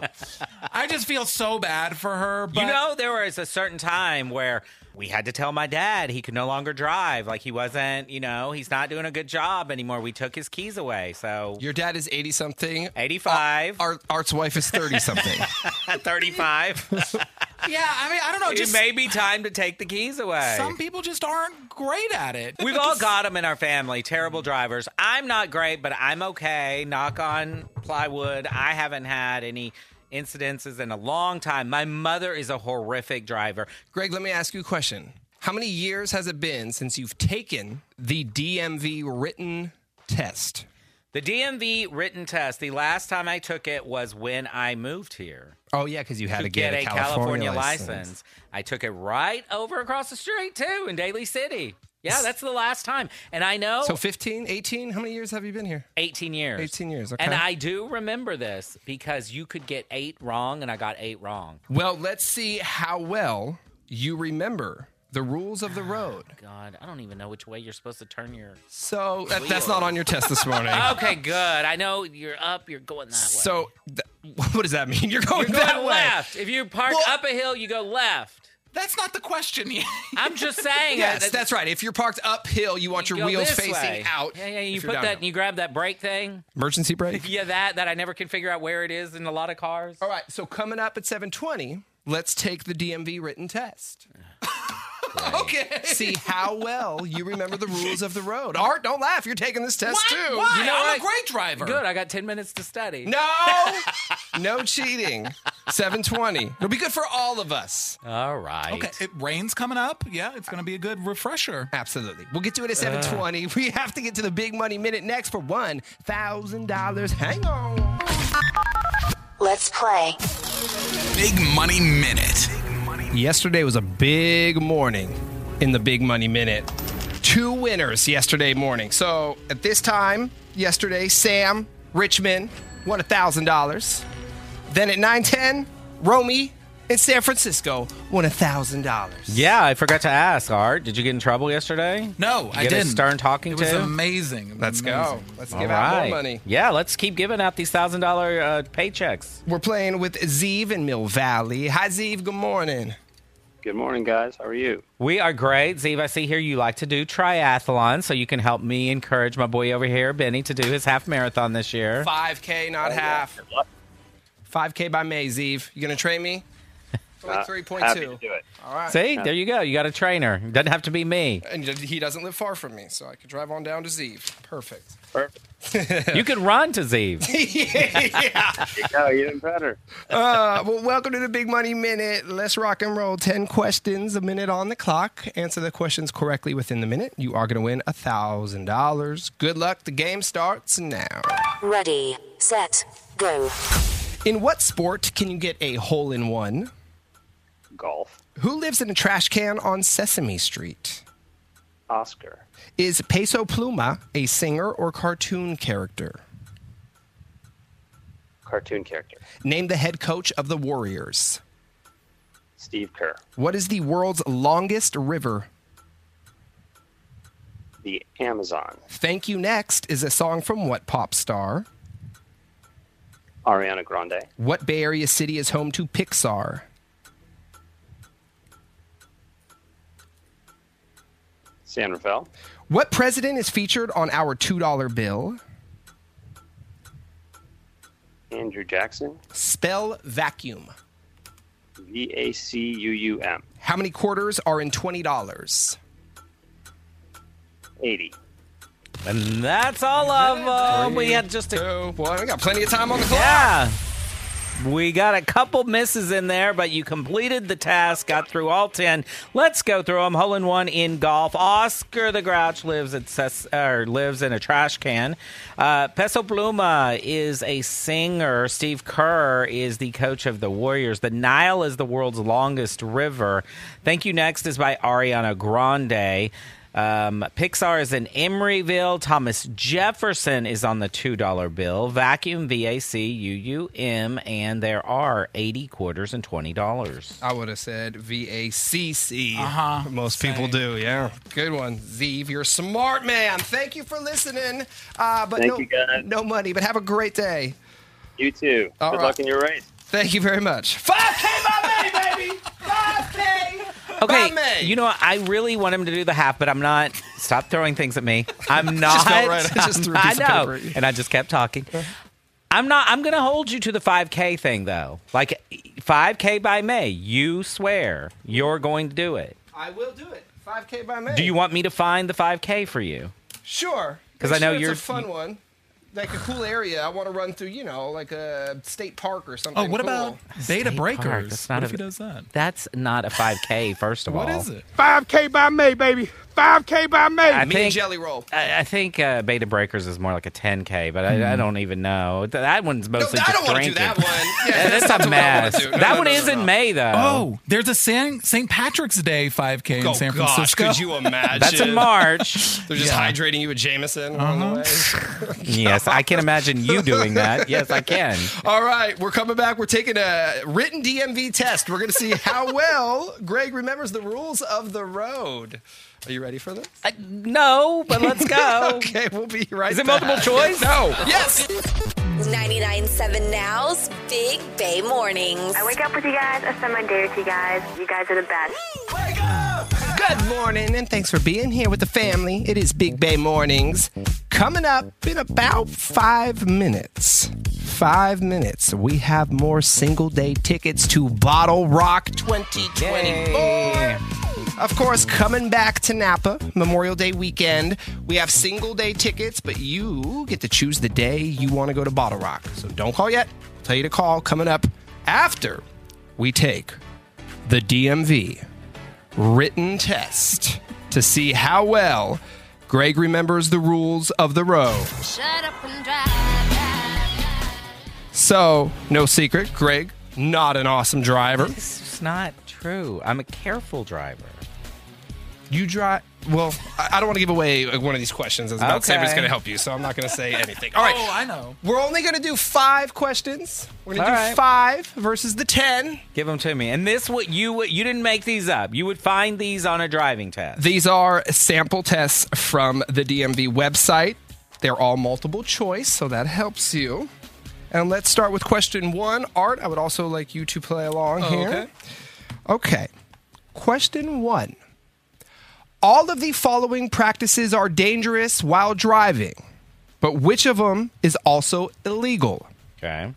K: I just feel so bad for her. But
J: you know, there was a certain time where we had to tell my dad he could no longer drive. Like he wasn't, you know, he's not doing a good job anymore. We took his keys away. So
E: Your dad is 80 something.
J: 85.
E: Our, Art's wife is 30 something.
K: [laughs]
J: 35.
K: yeah, I mean, I don't know.
J: it
K: Just
J: may be time to take the keys away.
K: some people just aren't great at it.
J: We've all got them in our family. Terrible drivers. I'm not great, but I'm okay. Knock on plywood. I haven't had any incidences in a long time. My mother is a horrific driver.
E: [laughs] Greg, let me ask you a question. How many years has it been since you've taken the DMV written test?
J: The DMV written test, the last time I took it was when I moved here.
E: Oh, yeah, because you had
J: to
E: to get,
J: a
E: California,
J: license.
E: license.
J: I took it right over across the street, too, in Daly City. Yeah, that's the last time. And I know
E: So 15, 18? How many years have you been here?
J: 18 years.
E: 18 years,
J: And
E: okay.
J: I do remember this because you could get eight wrong, and I got eight wrong.
E: Well, let's see how well you remember the rules of the road.
J: God, I don't even know which way you're supposed to turn your.
E: So that, that's not on your test this morning.
J: [laughs] Okay, good. I know you're up. You're going that way.
E: So, th- what does that mean? [laughs] You're going,
J: you're going
E: that way.
J: left. If you park
E: Well-
J: up a hill, you go left.
K: That's not the question yet.
J: I'm just saying.
E: Yes,
J: that-
E: that's right. If you're parked uphill, you want
J: you
E: your
J: go
E: wheels
J: this
E: facing
J: way.
E: out.
J: Yeah, yeah. You
E: if
J: put
E: you're
J: that.
E: downhill.
J: You grab that brake thing.
E: emergency brake.
J: Yeah, that that I never can figure out where it is in a lot of cars.
E: All right, so coming up at 720, let's take the DMV written [laughs] test.
K: okay.
E: See how well you remember the rules of the road. Art, don't laugh. You're taking this test
K: What?
E: too.
K: Why?
J: You know
K: I'm a
J: what?
K: great driver.
J: Good. I got ten minutes to
E: [laughs]
J: study.
E: No, no cheating. 720. It'll be good for all of us.
J: All right.
K: Okay, it rains coming up. Yeah, it's going to be a good refresher.
E: Absolutely. We'll get to it at 720. We have to get to the big money minute next for $1,000. Hang on.
G: Let's play.
F: Big Money Minute.
E: Yesterday was a big morning in the Big Money Minute. Two winners yesterday morning. So at this time yesterday, Sam Richmond won thousand dollars. Then at nine ten, Romy in San Francisco won thousand dollars.
J: Yeah, I forgot to ask. Art, did you get in trouble yesterday?
K: No, I
J: get a
K: didn't.
J: stern talking
K: It was
J: to?
K: amazing.
E: Let's go. Let's give
J: All
E: out
J: right.
E: more money.
J: Yeah, let's keep giving out these thousand dollar uh, paychecks.
E: We're playing with Zeev in Mill Valley. Hi, Zeev. Good morning.
M: Good morning, guys. How are you?
J: We are great, Zeev. I see here you like to do triathlon, so you can help me encourage my boy over here, Benny, to do his half marathon this year.
E: Five k, not
M: Oh,
E: half. Five k by May, Zeev. You gonna train me? It's only
M: [laughs] Uh,
E: three point
M: happy to
E: two.
M: do it.
E: All right.
J: See, there you go. You got a trainer. It doesn't have to be [laughs] me.
E: And he doesn't live far from me, so I could drive on down to Zeev. Perfect.
M: Perfect.
J: You can run to Zeev.
E: yeah.
M: You go. Even better.
E: Uh, well, welcome to the Big Money Minute. Let's rock and roll. 10 questions, a minute on the clock. Answer the questions correctly within the minute. You are going to win $1,000. Good luck. The game starts now.
G: Ready, set, go.
E: In what sport can you get a hole in one?
M: Golf.
E: Who lives in a trash can on Sesame Street?
M: Oscar.
E: Is Peso Pluma a singer or cartoon character?
M: Cartoon character.
E: Name the head coach of the Warriors.
M: Steve Kerr.
E: What is the world's longest river?
M: The Amazon.
E: Thank You Next is a song from what pop star?
M: Ariana Grande.
E: What Bay Area city is home to Pixar?
M: San Rafael.
E: What president is featured on our $2 bill?
M: Andrew Jackson.
E: Spell vacuum.
M: V A C U U M.
E: How many quarters are in twenty dollars?
M: 80.
J: And that's all of them. We had just a,
E: one. Oh, We got plenty of time on the clock.
J: Yeah. We got a couple misses in there, but you completed the task, got through all 10. Let's go through them. Hole in one in golf. Oscar the Grouch lives at Ces- or lives in a trash can. Uh, Peso Pluma is a singer. Steve Kerr is the coach of the Warriors. The Nile is the world's longest river. Thank You Next is by Ariana Grande. Um, Pixar is in Emeryville. Thomas Jefferson is on the $2 bill. Vacuum, V A C U U M, and there are 80 quarters and $20.
E: I would have said V A C C.
K: Uh-huh.
E: Most people do, yeah. Good one, Zeev. You're a smart man. Thank you for listening. Uh, but
M: Thank
E: no,
M: you, guys.
E: no money. But have a great day.
M: You too.
E: All
M: Good
E: right.
M: luck in your race.
E: Thank you very much. Five K my money, baby. Five K.
J: Okay, you know what? I really want him to do the half, but I'm not. Stop throwing things at me. I'm not.
E: [laughs] Just felt right. I just threw a
J: I'm-
E: piece of
J: [laughs] I know,
E: paper at you.
J: and I just kept talking. I'm not. I'm going to hold you to the 5K thing, though. Like 5K by May, you swear you're going to do it.
E: I will do it. Five K by May.
J: Do you want me to find the 5K for you?
E: Sure.
J: 'Cause
E: Make
J: I know
E: sure
J: you're-
E: it's a fun one. Like a cool area. I want to run through, you know, like a state park or something.
K: Oh, what
E: cool.
K: about Beta
J: State
K: Breakers?
J: Park, that's not
K: what if
J: a-
K: he does that?
J: That's not
E: [laughs]
J: a 5K, first of
K: What
J: all.
K: is it?
A: 5K by May, baby. 5K by May.
J: I
E: Me and
J: think-
E: Jelly Roll.
J: I, I think uh, Beta Breakers is more like a 10K, but I, I don't even know. Th- That one's mostly
E: Hmm. No, I
J: just
E: don't want to do
J: drinking.
E: that one. Yeah, [laughs]
J: [laughs] that's,
E: not
J: a
E: the one I wanna
J: mess.
E: do. No,
J: that
E: no,
J: one
E: no, no,
J: is in
E: no.
J: May, though.
K: Oh, there's a San, St. Patrick's Day 5K in
E: Oh,
K: San
E: gosh,
K: Francisco. [laughs]
E: could you imagine?
J: That's
E: [laughs]
J: in March.
E: They're just
K: Yeah. Uh-huh.
E: hydrating you with Jameson on the way.
J: yes, I can imagine you doing that. Yes, I
E: [laughs]
J: can.
E: All right, we're coming back. We're taking a written DMV test. We're going to
K: [laughs]
E: see how well Greg remembers the rules of the road. Are you ready for this?
J: [laughs] I, no, but let's
K: [laughs]
J: go.
E: Okay, we'll be right
J: Is it
E: back.
J: multiple choice?
E: No. Yes.
G: 99.7 Now's Big Bay Mornings.
N: I wake up with you guys. I spend my day with you guys. You guys are the best.
E: Good morning, and thanks for being here with the family. It is Big Bay Mornings. Coming up in about five minutes. Five minutes. We have more single day tickets to Bottle Rock 2024. Of course, coming back to Napa Memorial Day weekend, we have single day tickets, but you get to choose the day you want to go to Bottle Rock. So don't call yet. tell you to call coming up after we take the DMV written test to see how well Greg remembers the rules of the road.
B: Shut up and drive.
E: So, no secret, Greg, not an awesome driver.
J: It's not true. I'm a careful driver.
E: You drive. Well, I I don't want to give away uh, one of these questions. I was about to say, but it's
J: Okay.
E: going to help you, so I'm not going to say anything. All right.
K: Oh, I know.
E: We're only going to do five questions. We're going to
J: All
E: do
J: right.
E: five versus the ten.
J: Give them to me. And this what you would- you didn't make these up. You would find these on a driving test.
E: These are sample tests from the DMV website. They're all multiple choice, so that helps you. And let's start with question one. Art, I would also like you to play along here.
K: okay.
E: Okay. Question one All of the following practices are dangerous while driving, but which of them is also illegal?
J: Okay.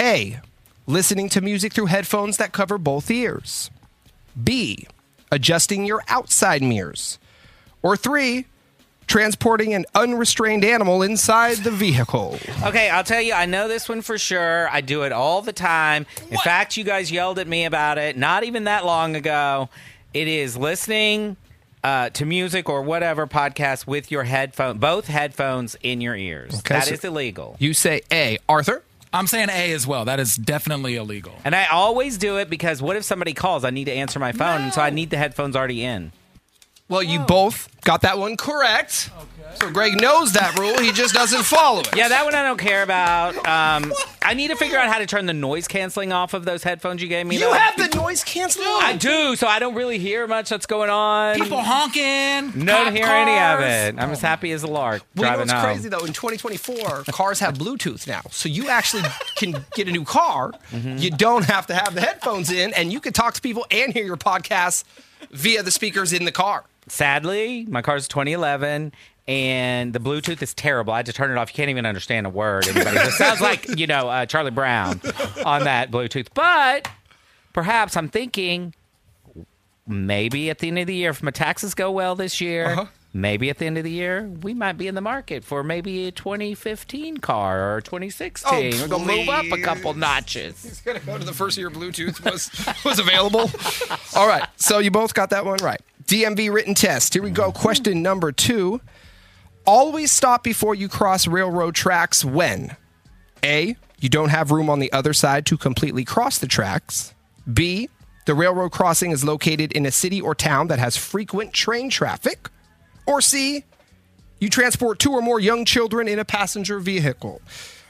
E: A. Listening to music through headphones that cover both ears. B. Adjusting your outside mirrors. Or three, transporting an unrestrained animal inside the vehicle.
J: Okay, I'll tell you, I know this one for sure. I do it all the time. In fact, you guys yelled at me about it not even that long ago. It is listening uh, to music or whatever podcast with your headphone, both headphones in your ears.
E: Okay,
J: that
E: so-
J: is illegal.
E: You say A. Arthur?
K: I'm saying A as well. That is definitely illegal.
J: And I always do it because what if somebody calls? I need to answer my phone, and so I need the headphones already in.
E: Well, you both got that one correct. So Greg knows that rule, he just doesn't follow it.
J: Yeah, that one I don't
E: [laughs]
J: care about. Um, I need to figure out how to turn the noise canceling off of those headphones you gave me.
E: You
J: though.
E: have the noise canceling.
J: I do, so I don't really hear much that's going on.
K: People honking.
J: No,
K: cop
J: don't hear any of
K: cars.
J: it. I'm as happy as a lark
E: Well, you know
J: driving
E: what's
J: home.
E: crazy though? In 2024, cars have Bluetooth now, so you actually can get a new car.
J: Mm-hmm.
E: You don't have to have the headphones in, and you can talk to people and hear your podcasts via the speakers in the car.
J: Sadly, my car's 2011, and the Bluetooth is terrible. I had to turn it off. You can't even understand a word. Everybody it sounds like you know uh, Charlie Brown on that Bluetooth. But perhaps I'm thinking maybe at the end of the year, if my taxes go well this year,
E: Uh-huh.
J: maybe at the end of the year we might be in the market for maybe a 2015 car or 2016. We're gonna move up a couple notches.
E: He's gonna go to the first year Bluetooth was was available. All right, so you both got that one right. DMV written test. Here we go. Question number two. Always stop before you cross railroad tracks when A, you don't have room on the other side to completely cross the tracks. B, the railroad crossing is located in a city or town that has frequent train traffic. Or C, you transport two or more young children in a passenger vehicle.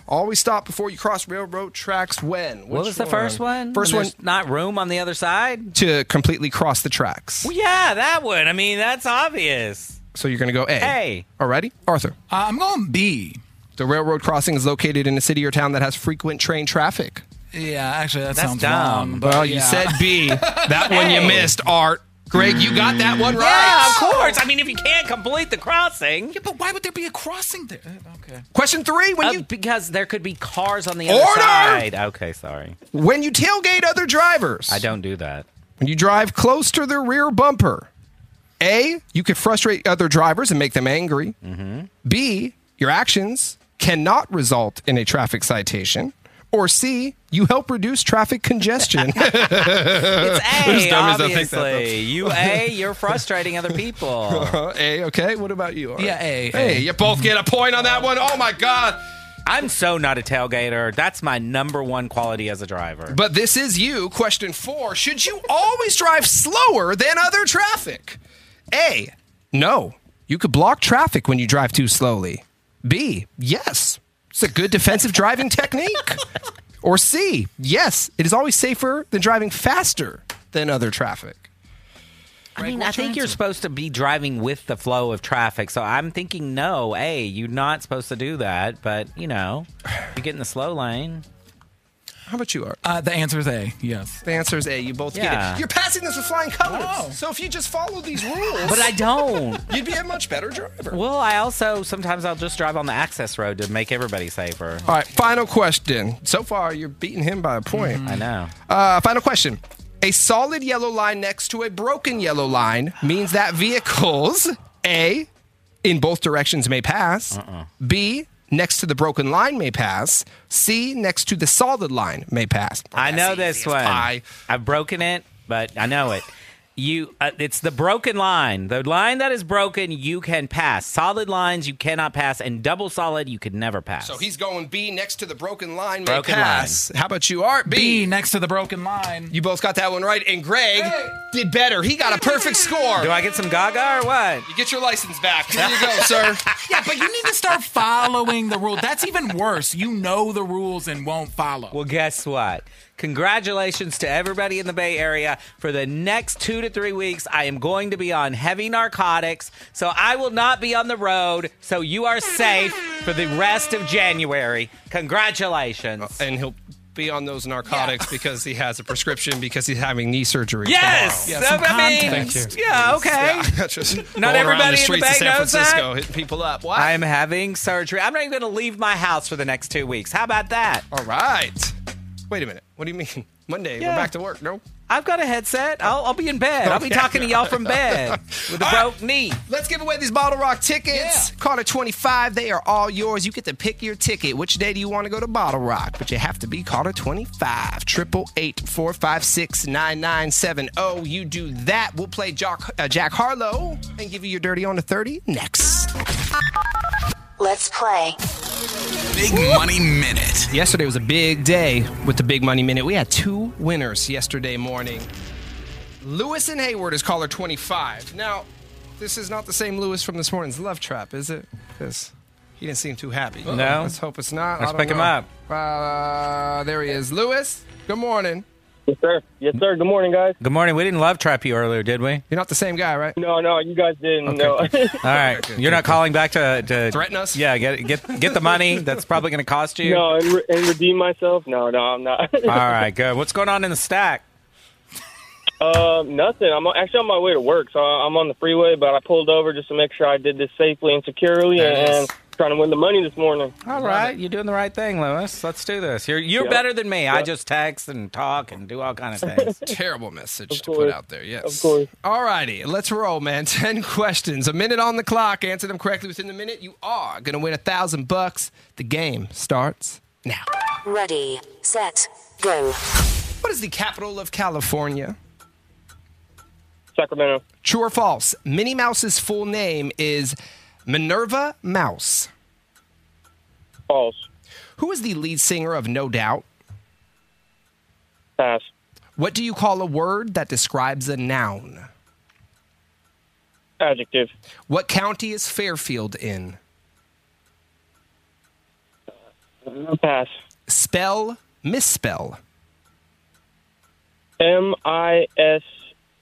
E: Always stop before you cross railroad tracks when?
J: What
E: Which
J: was the first one?
E: First one
J: When there's Not room on the other side.
E: to completely cross the tracks.
J: Well, yeah, that one. I mean, that's obvious.
E: So you're going to go A.
J: A.
E: Alrighty, Arthur.
K: Uh, I'm going B.
E: The railroad crossing is located in a city or town that has frequent train traffic.
K: Yeah, actually, that
E: That's
K: sounds
E: dumb.
K: Wrong,
E: Well, you said
J: [laughs]
E: B. That one you missed, Art. Greg, you got that one right.
J: Yeah, of course. I mean, if you can't complete the crossing. Uh,
K: But why would there be a crossing there? Uh, Okay.
E: Question three: When you
J: because there could be cars on the
E: Order!
J: other side. Okay, sorry.
E: When you tailgate other drivers,
J: I don't do that.
E: when you drive close to their rear bumper, A, you could frustrate other drivers and make them angry.
J: Mm-hmm.
E: B, your actions cannot result in a traffic citation. Or C, you help reduce traffic
J: [laughs]
E: congestion. [laughs]
J: It's
E: We're just
J: A,
E: dummies that think that, though.
J: obviously. You A, you're frustrating other people.
E: a, okay. What about you? Art?
J: Yeah, A,
E: Hey,
J: A.
E: you both get a point on that one. Oh my god.
J: [laughs] I'm so not a tailgater. That's my number one quality as a driver.
E: But this is you. Question four Should you always drive slower than other traffic? A. No. You could block traffic when you drive too slowly. B. Yes. It's a good defensive driving technique. Or C. Yes. It is always safer than driving faster than other traffic.
J: I mean, I think you're supposed to be driving with the flow of traffic. So I'm thinking, no, A, you're not supposed to do that. But, you know, you get in the slow lane.
E: How about you, Art?
K: Uh, the answer is A. Yes.
E: The answer is A. You both
J: Yeah.
E: get it. You're passing this with flying colors. So if you just follow these rules,
J: But uh, I
E: [laughs]
J: don't.
E: you'd be a much better driver.
J: well, I also sometimes I'll just drive on the access road to make everybody safer.
E: All right, final question. So far, you're beating him by a point.
J: I know.
E: Uh, final question. A solid yellow line next to a broken yellow line means that vehicles, A, in both directions may pass, B, next to the broken line may pass, C, next to the solid line may pass.
J: I know this one. I've broken it, but I know it. You, uh, it's the broken line. The line that is broken, you can pass. Solid lines, you cannot pass, and double solid, you could never pass.
E: So he's going B, next to the broken line may
J: Broken
E: pass. How about you, Art?
K: B next to the broken line.
E: You both got that one right, and Greg did better. He got a perfect score.
J: Do I get some Gaga or what?
E: You get your license back. Here
J: [laughs]
E: you go, sir.
K: Yeah, but you need to [laughs] start following the rule. That's even worse. You know the rules and won't follow.
J: Well, guess what? Congratulations to everybody in the Bay Area. For the next two to three weeks, I am going to be on heavy narcotics, so I will not be on the road. So you are safe for the rest of January. Congratulations.
E: and he'll be on those narcotics because he has a prescription because he's having knee surgery.
J: Yes.
E: tomorrow.
K: Yeah, some
J: I mean,
K: context.
E: Thank
J: Yeah. Okay.
E: Yeah, [laughs] just
J: Not
E: rolling around
J: everybody in the
E: streets of
J: Bay
E: San
J: knows
E: Francisco,
J: that.
E: hitting people up. What?
J: I'm having surgery. I'm not even going to leave my house for the next two weeks. How about that?
E: All right. Wait a minute. What do you mean? [laughs] Monday
J: Yeah.
E: we're back to work. No.
J: I've got a headset. I'll, I'll be in bed. I'll be
E: Okay.
J: talking to y'all
E: [laughs]
J: from bed with a broke knee.
E: Let's give away these Bottle Rock tickets. Call to 25. They are all yours. You get to pick your ticket. Which day do you want to go to Bottle Rock? But you have to be called to 25. 888-456-9970. oh. You do that. We'll play Jock, uh, Jack Harlow and give you your dirty on the 30 next.
G: Let's play.
F: Big Money
K: [laughs]
F: Minute.
E: Yesterday was a big day with the Big Money Minute. We had two winners yesterday morning. Lewis and Hayward is caller 25. Now, this is not the same Lewis from this morning's Love Trap, is it? Because he didn't seem too happy.
J: No.
E: Let's hope it's not.
J: Let's
E: I don't
J: pick him
E: know. Uh, there he is. Lewis, good morning.
O: Yes, sir. Yes, sir. Good morning, guys.
J: Good morning. We didn't love trap you earlier, did we?
E: You're not the same guy, right?
O: No, no, you guys didn't. No. [laughs]
J: All right. You're not calling back to, to
E: Threaten us?
J: Yeah. Get get get the money. That's probably going to
E: [laughs]
J: cost you.
O: no, and, re- and redeem myself? No, no, I'm not. [laughs]
J: All right. Good. What's going on in the stack?
O: Um, nothing. I'm actually on my way to work, so I'm on the freeway. But I pulled over just to make sure I did this safely and securely,
J: There it
O: and
J: is.
O: trying to win the money this morning.
J: All right, you're doing the right thing, Lewis. Let's do this. You're you're
O: Yep.
J: better than me. I just text and talk and do all kind of things.
E: [laughs] Terrible message to put out there. Yes. Of course. All righty, let's roll, man. [laughs] Ten questions, a minute on the clock. Answer them correctly within the minute. You are gonna win a thousand bucks. The game starts now.
G: Ready, set, go.
E: What is the capital of California?
O: Sacramento.
E: True or false? Minnie Mouse's full name is Minerva Mouse.
O: False.
E: Who is the lead singer of No Doubt?
O: Pass.
E: What do you call a word that describes a noun?
O: Adjective.
E: What county is Fairfield in?
O: Pass.
E: Spell, misspell.
O: M I S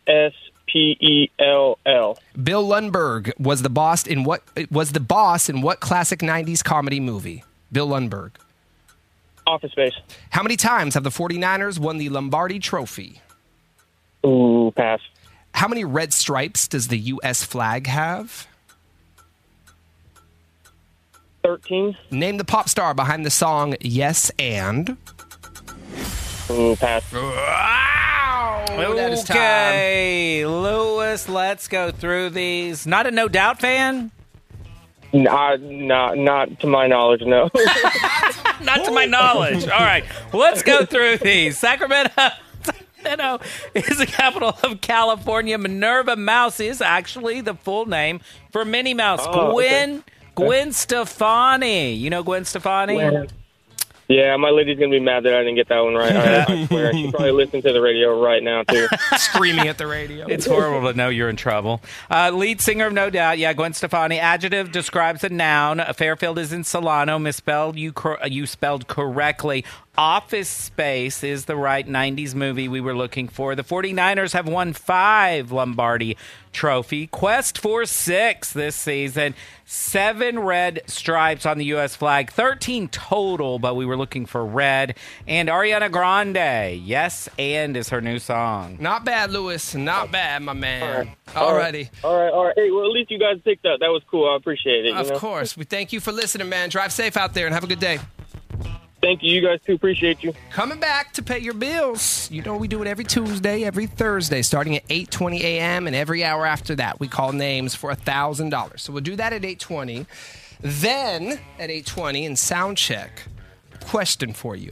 O: S P E L L.
E: Bill Lundberg was the boss in what was the boss in what classic 90s comedy movie? Bill Lundberg.
O: Office Space.
E: How many times have the 49ers won the Lombardi trophy?
O: Ooh, pass.
E: How many red stripes does the US flag have?
O: 13.
E: Name the pop star behind the song Yes and
O: Ooh, pass.
E: Wow. That is time.
J: okay, Lewis, let's go through these. Not a no doubt fan.
O: Not, not, not to my knowledge, no. [laughs]
J: Not to my knowledge. All right, let's go through these. Sacramento. Sacramento is the capital of California. Minerva Mouse is actually the full name for Minnie Mouse.
O: Oh, okay.
J: Gwen Gwen Stefani. You know Gwen Stefani?
O: yeah, my lady's gonna be mad that I didn't get that one right. I, I swear, she probably listening to the radio right now too.
E: Screaming at the radio.
J: It's horrible to know you're in trouble. Uh, lead singer of No Doubt, yeah, Gwen Stefani. Adjective describes a noun. Fairfield is in Solano. Misspelled, you cor- uh, you spelled correctly. Office Space is the right 90s movie we were looking for. The 49ers have won five Lombardi Trophy. Quest for six this season. Seven red stripes on the U.S. flag. 13 total, but we were looking for red. And Ariana Grande, Yes and is her new song.
E: Not bad, Lewis. Not bad, my man.
O: All
E: Alrighty.
O: right, all right, all right. Hey, well, at least you guys picked up. That was cool. I appreciate it. you
E: Of
O: know?
E: course. We thank you for listening, man. Drive safe out there and have a good day.
O: Thank you. You guys too. Appreciate you.
E: Coming back to pay your bills. You know we do it every Tuesday, every Thursday, starting at 8:20 a.m. and every hour after that we call names for thousand dollars. So we'll do that at 8:20. Then at 8:20 in sound check, question for you: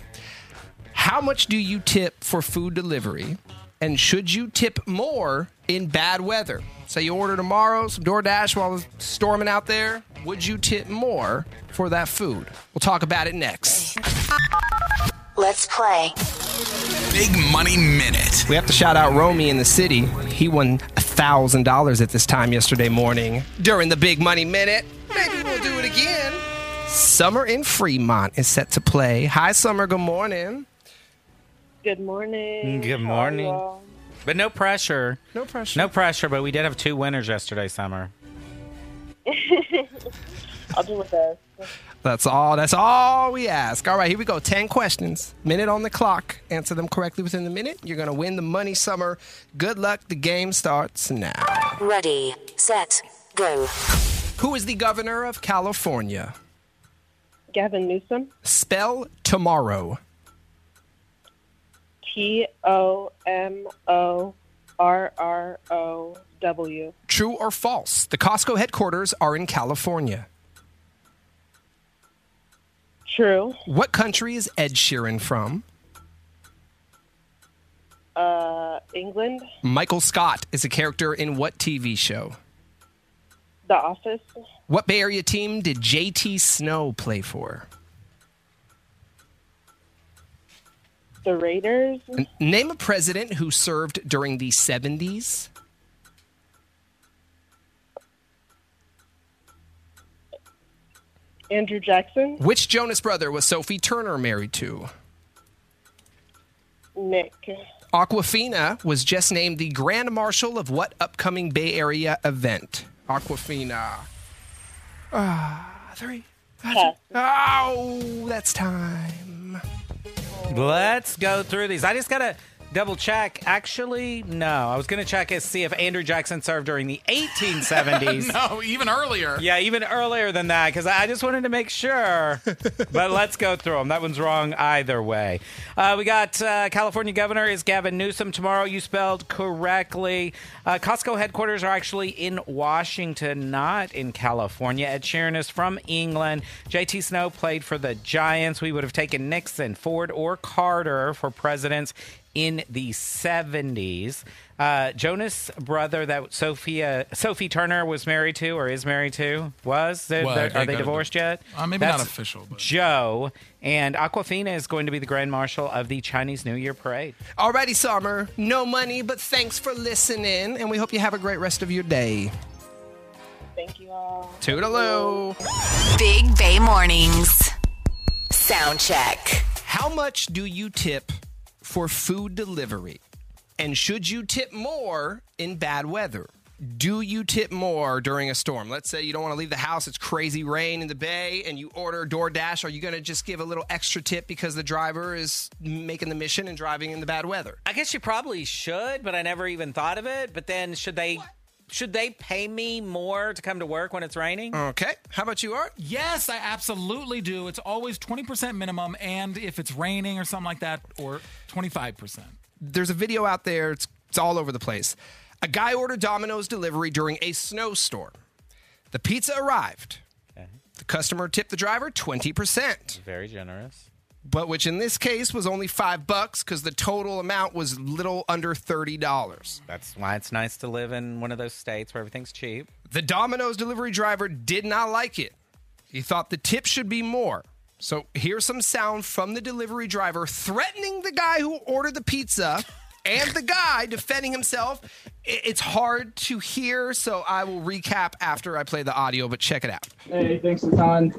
E: How much do you tip for food delivery, and should you tip more in bad weather? Say you order tomorrow, some DoorDash while it's storming out there. Would you tip more for that food? We'll talk about it next.
G: Let's play.
F: Big Money Minute.
E: We have to shout out Romy in the city. He won thousand dollars at this time yesterday morning during the Big Money Minute. Maybe we'll do it again. Summer in Fremont is set to play. Hi, Summer. Good morning.
P: Good morning.
J: Good morning. But no pressure.
E: No pressure.
J: No pressure, but we did have two winners yesterday, Summer.
P: I'll do with this.
E: That's all. That's all we ask. All right, here we go. Ten questions. Minute on the clock. Answer them correctly within the minute. You're gonna win the money, Summer. Good luck. The game starts now.
G: Ready, set, go.
E: Who is the governor of California?
P: Gavin Newsom,
E: Spell tomorrow.
P: T uh, O M O R R O W.
E: True or false? The Costco headquarters are in California.
P: True.
E: What country is Ed Sheeran from?
P: Uh, England,
E: Michael Scott is a character in what TV show?
P: The Office,
E: What Bay Area team did JT Snow play for?
P: The Raiders,
E: N- Name a president who served during the 70s.
P: Andrew Jackson,
E: Which Jonas brother was Sophie Turner married to?
P: Nick,
E: Aquafina was just named the Grand Marshal of what upcoming Bay Area event? Aquafina. Ah, three.
P: Pass.
E: Oh, that's time.
J: Let's go through these. I just gotta Double check. Actually, no. I was going to check and see if Andrew Jackson served during the 1870s.
K: [laughs] no, even earlier.
J: Yeah, even earlier than that, because I just wanted to make sure. but let's go through them. That one's wrong either way. Uh, we got uh, California Governor is Gavin Newsom tomorrow. You spelled correctly. Uh, Costco headquarters are actually in Washington, not in California. Ed Sheeran is from England. JT Snow played for the Giants. We would have taken Nixon, Ford, or Carter for presidents in the 70s. Uh, Jonas' brother that Sophia Sophie Turner was married to or is married to was they,
K: Well,
J: they-
K: I- I
J: are they
K: gotta-
J: divorced yet?
K: Uh, maybe not official,
J: Joe and Aquafina is going to be the grand marshal of the Chinese New Year parade.
E: Alrighty, Summer. No money, but thanks for listening, and we hope you have a great rest of your day.
P: Thank you all.
E: Toodaloo.
G: Big Bay Mornings. Sound check.
E: How much do you tip for food delivery? And should you tip more in bad weather? Do you tip more during a storm? Let's say you don't want to leave the house, it's crazy rain in the bay, and you order DoorDash. Are you going to just give a little extra tip because the driver is making the mission and driving in the bad weather?
J: I guess you probably should, but I never even thought of it. But then should they should they pay me more to come to work when it's raining?
E: Okay. How about you, Art?
K: Yes, I absolutely do. It's always 20% minimum, and if it's raining or something like that, or 25%.
E: there's a video out there. It's, it's all over the place. A guy ordered Domino's delivery during a snowstorm. The pizza arrived. The customer tipped the driver 20%,
J: Very generous.
E: but which in this case was only five bucks because the total amount was little under $30.
J: That's why it's nice to live in one of those states where
E: [laughs]
J: everything's cheap.
E: The Domino's delivery driver did not like it. He thought the tip should be more. So here's some sound from the delivery driver threatening the guy who ordered the pizza and the guy defending himself. I- It's hard to hear, so I will recap after I play the audio, but check it out.
Q: Hey, thanks a ton.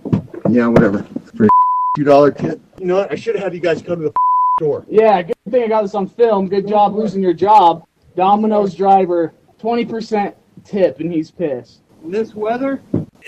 R: Yeah, whatever. For a two dollar kid.
Q: You know what? I should have had you guys come to the store.
R: Yeah, good thing I got this on film. Good job losing your job. Domino's driver, 20% tip, and he's pissed. This weather?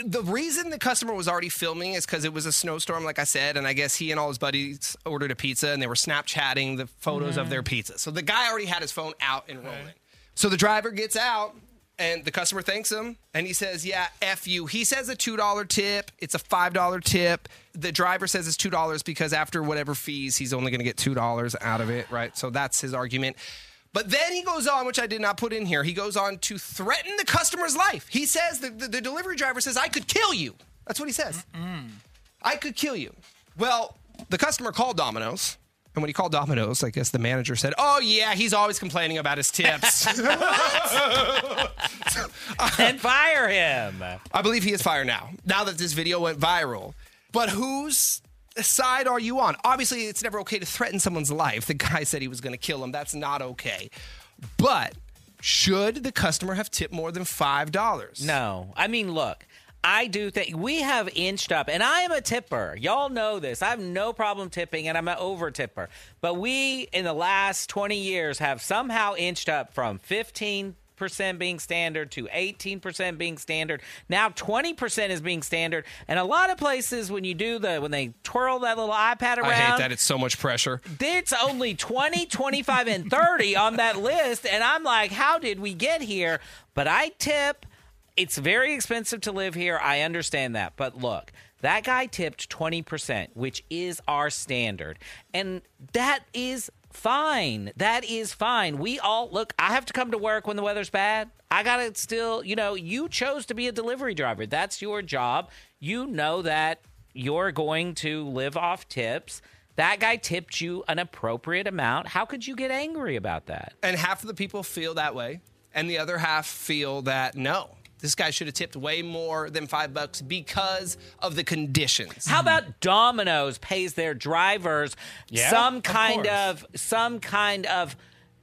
E: The reason the customer was already filming is because it was a snowstorm, like I said, and I guess he and all his buddies ordered a pizza and they were Snapchatting the photos of their pizza. So the guy already had his phone out and rolling. So the driver gets out and the customer thanks him and he says, Yeah, F you. He says a $2 tip. It's a $5 tip. The driver says it's $2 because after whatever fees, he's only going to get $2 out of it, right? So that's his argument. But then he goes on, which I did not put in here, he goes on to threaten the customer's life. He says, The, the, the delivery driver says, I could kill you. That's what he says. I could kill you. Well, the customer called Domino's. And when he called Domino's, I guess the manager said, Oh, yeah, he's always complaining about his tips.
J: and fire him.
E: I believe he is fired now, now that this video went viral. But whose side are you on? Obviously, it's never okay to threaten someone's life. The guy said he was going to kill him. That's not okay. But should the customer have tipped more than $5?
J: No. Oh, I mean, look, I do think we have inched up, and I am a tipper. Y'all know this. I have no problem tipping, and I'm an over tipper. But we, in the last 20 years, have somehow inched up from 15 percent being standard to 18% being standard now 20% is being standard and a lot of places when you do the when they twirl that little ipad around
E: I hate that. It's so much pressure.
J: it's only 20, 25, and 30 on that list. And I'm like, how did we get here? But I tip. It's very expensive to live here. I understand that. But look, that guy tipped 20%, which is our standard. And that is fine. That is fine. We all look, I have to come to work when the weather's bad. I got to still, you know, you chose to be a delivery driver. That's your job. You know that you're going to live off tips. That guy tipped you an appropriate amount. How could you get angry about that?
E: And half of the people feel that way, and the other half feel that no. This guy should have tipped way more than five bucks because of the conditions.
J: How about Domino's pays their drivers
E: Yeah,
J: some
E: of
J: kind
E: course.
J: of, some kind of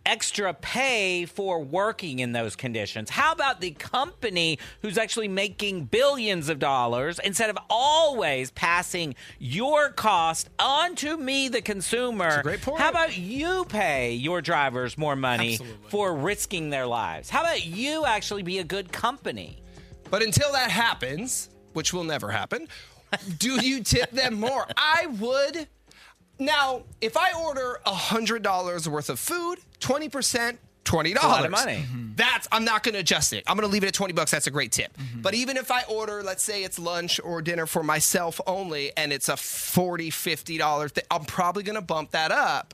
J: extra pay for working in those conditions? How about the company who's actually making billions of dollars instead of always passing your cost on to me the consumer? great point. How about you pay your drivers more money for risking their lives? How about you actually be a good company?
E: But until that happens, which will never happen, do you tip them more? I would. Now, if I order hundred dollars worth of food, twenty percent, twenty
J: It's a
E: dollars.
J: lot of money. Mm-hmm.
E: That's I'm not going to adjust it. I'm going to leave it at twenty bucks. That's a great tip.
J: Mm-hmm.
E: But even if I order, let's say it's lunch or dinner for myself only, and it's a 40 50 dollar thing, I'm probably going to bump that up.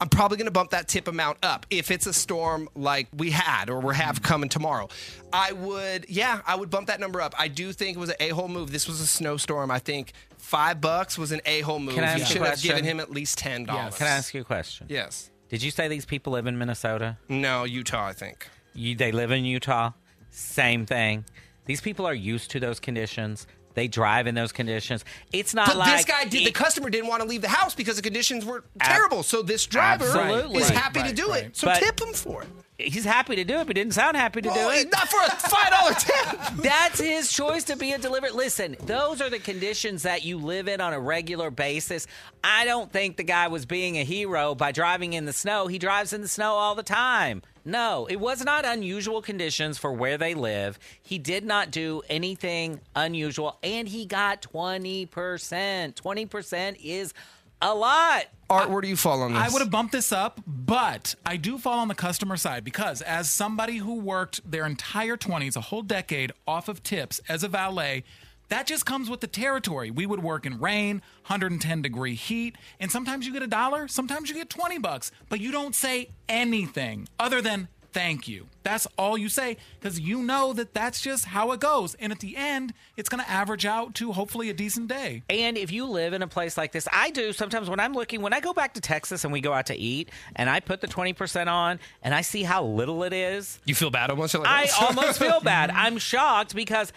E: I'm probably going to bump that tip amount up if it's a storm like we had or we have coming tomorrow. I would, yeah, I would bump that number up. I do think it was an a hole move. This was a snowstorm. I think five bucks was an a hole move.
J: Can I ask
E: you
J: a
E: should have
J: question?
E: given him at least ten dollars.
J: Can I ask you a question?
E: Yes.
J: Did you say these people live in Minnesota?
E: No, Utah, I think.
J: You, they live in Utah. Same thing. These people are used to those conditions. They drive in those conditions. It's not
E: But
J: like
E: this guy did. the customer didn't want to leave the house because the conditions were terrible. So this driver
J: Absolutely.
E: is
J: Right,
E: happy to
J: right,
E: do it.
J: right.
E: So
J: But-
E: tip him for it.
J: he's happy to do it, but didn't sound happy to
E: Well,
J: do it.
E: Oh, Not for
J: [laughs]
E: a five dollar tip.
J: That's his choice to be a deliberate. Listen, those are the conditions that you live in on a regular basis. I don't think the guy was being a hero by driving in the snow. He drives in the snow all the time. No, it was not unusual conditions for where they live. He did not do anything unusual, and he got 20%. 20% is a lot.
E: Art, where do you fall on this?
K: I would have bumped this up, but I do fall on the customer side because, as somebody who worked their entire 20s, a whole decade off of tips as a valet, that just comes with the territory. We would work in rain, 110 degree heat, and sometimes you get a dollar, sometimes you get 20 bucks, but you don't say anything other than thank you. That's all you say because you know that that's just how it goes. And at the end, it's going to average out to hopefully a decent day.
J: And if you live in a place like this, I do sometimes when I'm looking, when I go back to Texas and we go out to eat and I put the 20% on and I see how little it is,
E: You feel bad almost. You're like,
J: I
E: "Oh."
J: almost feel bad. I'm shocked because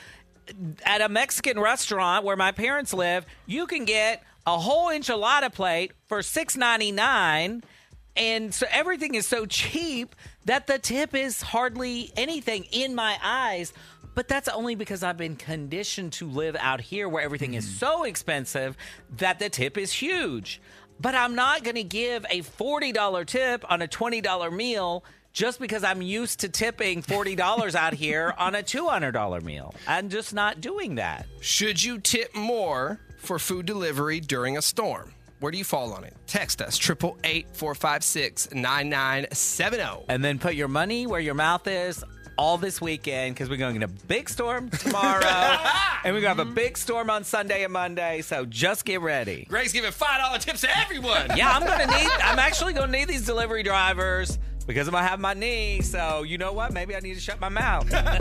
J: at a Mexican restaurant where my parents live, you can get a whole enchilada plate for six ninety nine, and so everything is so cheap that the tip is hardly anything in my eyes. But that's only because I've been conditioned to live out here where everything is so expensive that the tip is huge. But I'm not going to give a $40 tip on a $20 meal just because I'm used to tipping $40 out here on a $200 meal. I'm just not doing that.
E: Should you tip more for food delivery during a storm? Where do you fall on it? Text us triple eight four five six nine nine seven oh. zero.
J: And then put your money where your mouth is all this weekend because we're going in a big storm tomorrow and we're going to have a big storm on Sunday and Monday. So just get ready.
E: Greg's giving five dollar tips to everyone.
J: Yeah, I'm going to need, I'm actually going to need these delivery drivers because I'm going to have my knee. So you know what? Maybe I need to shut my mouth. [laughs]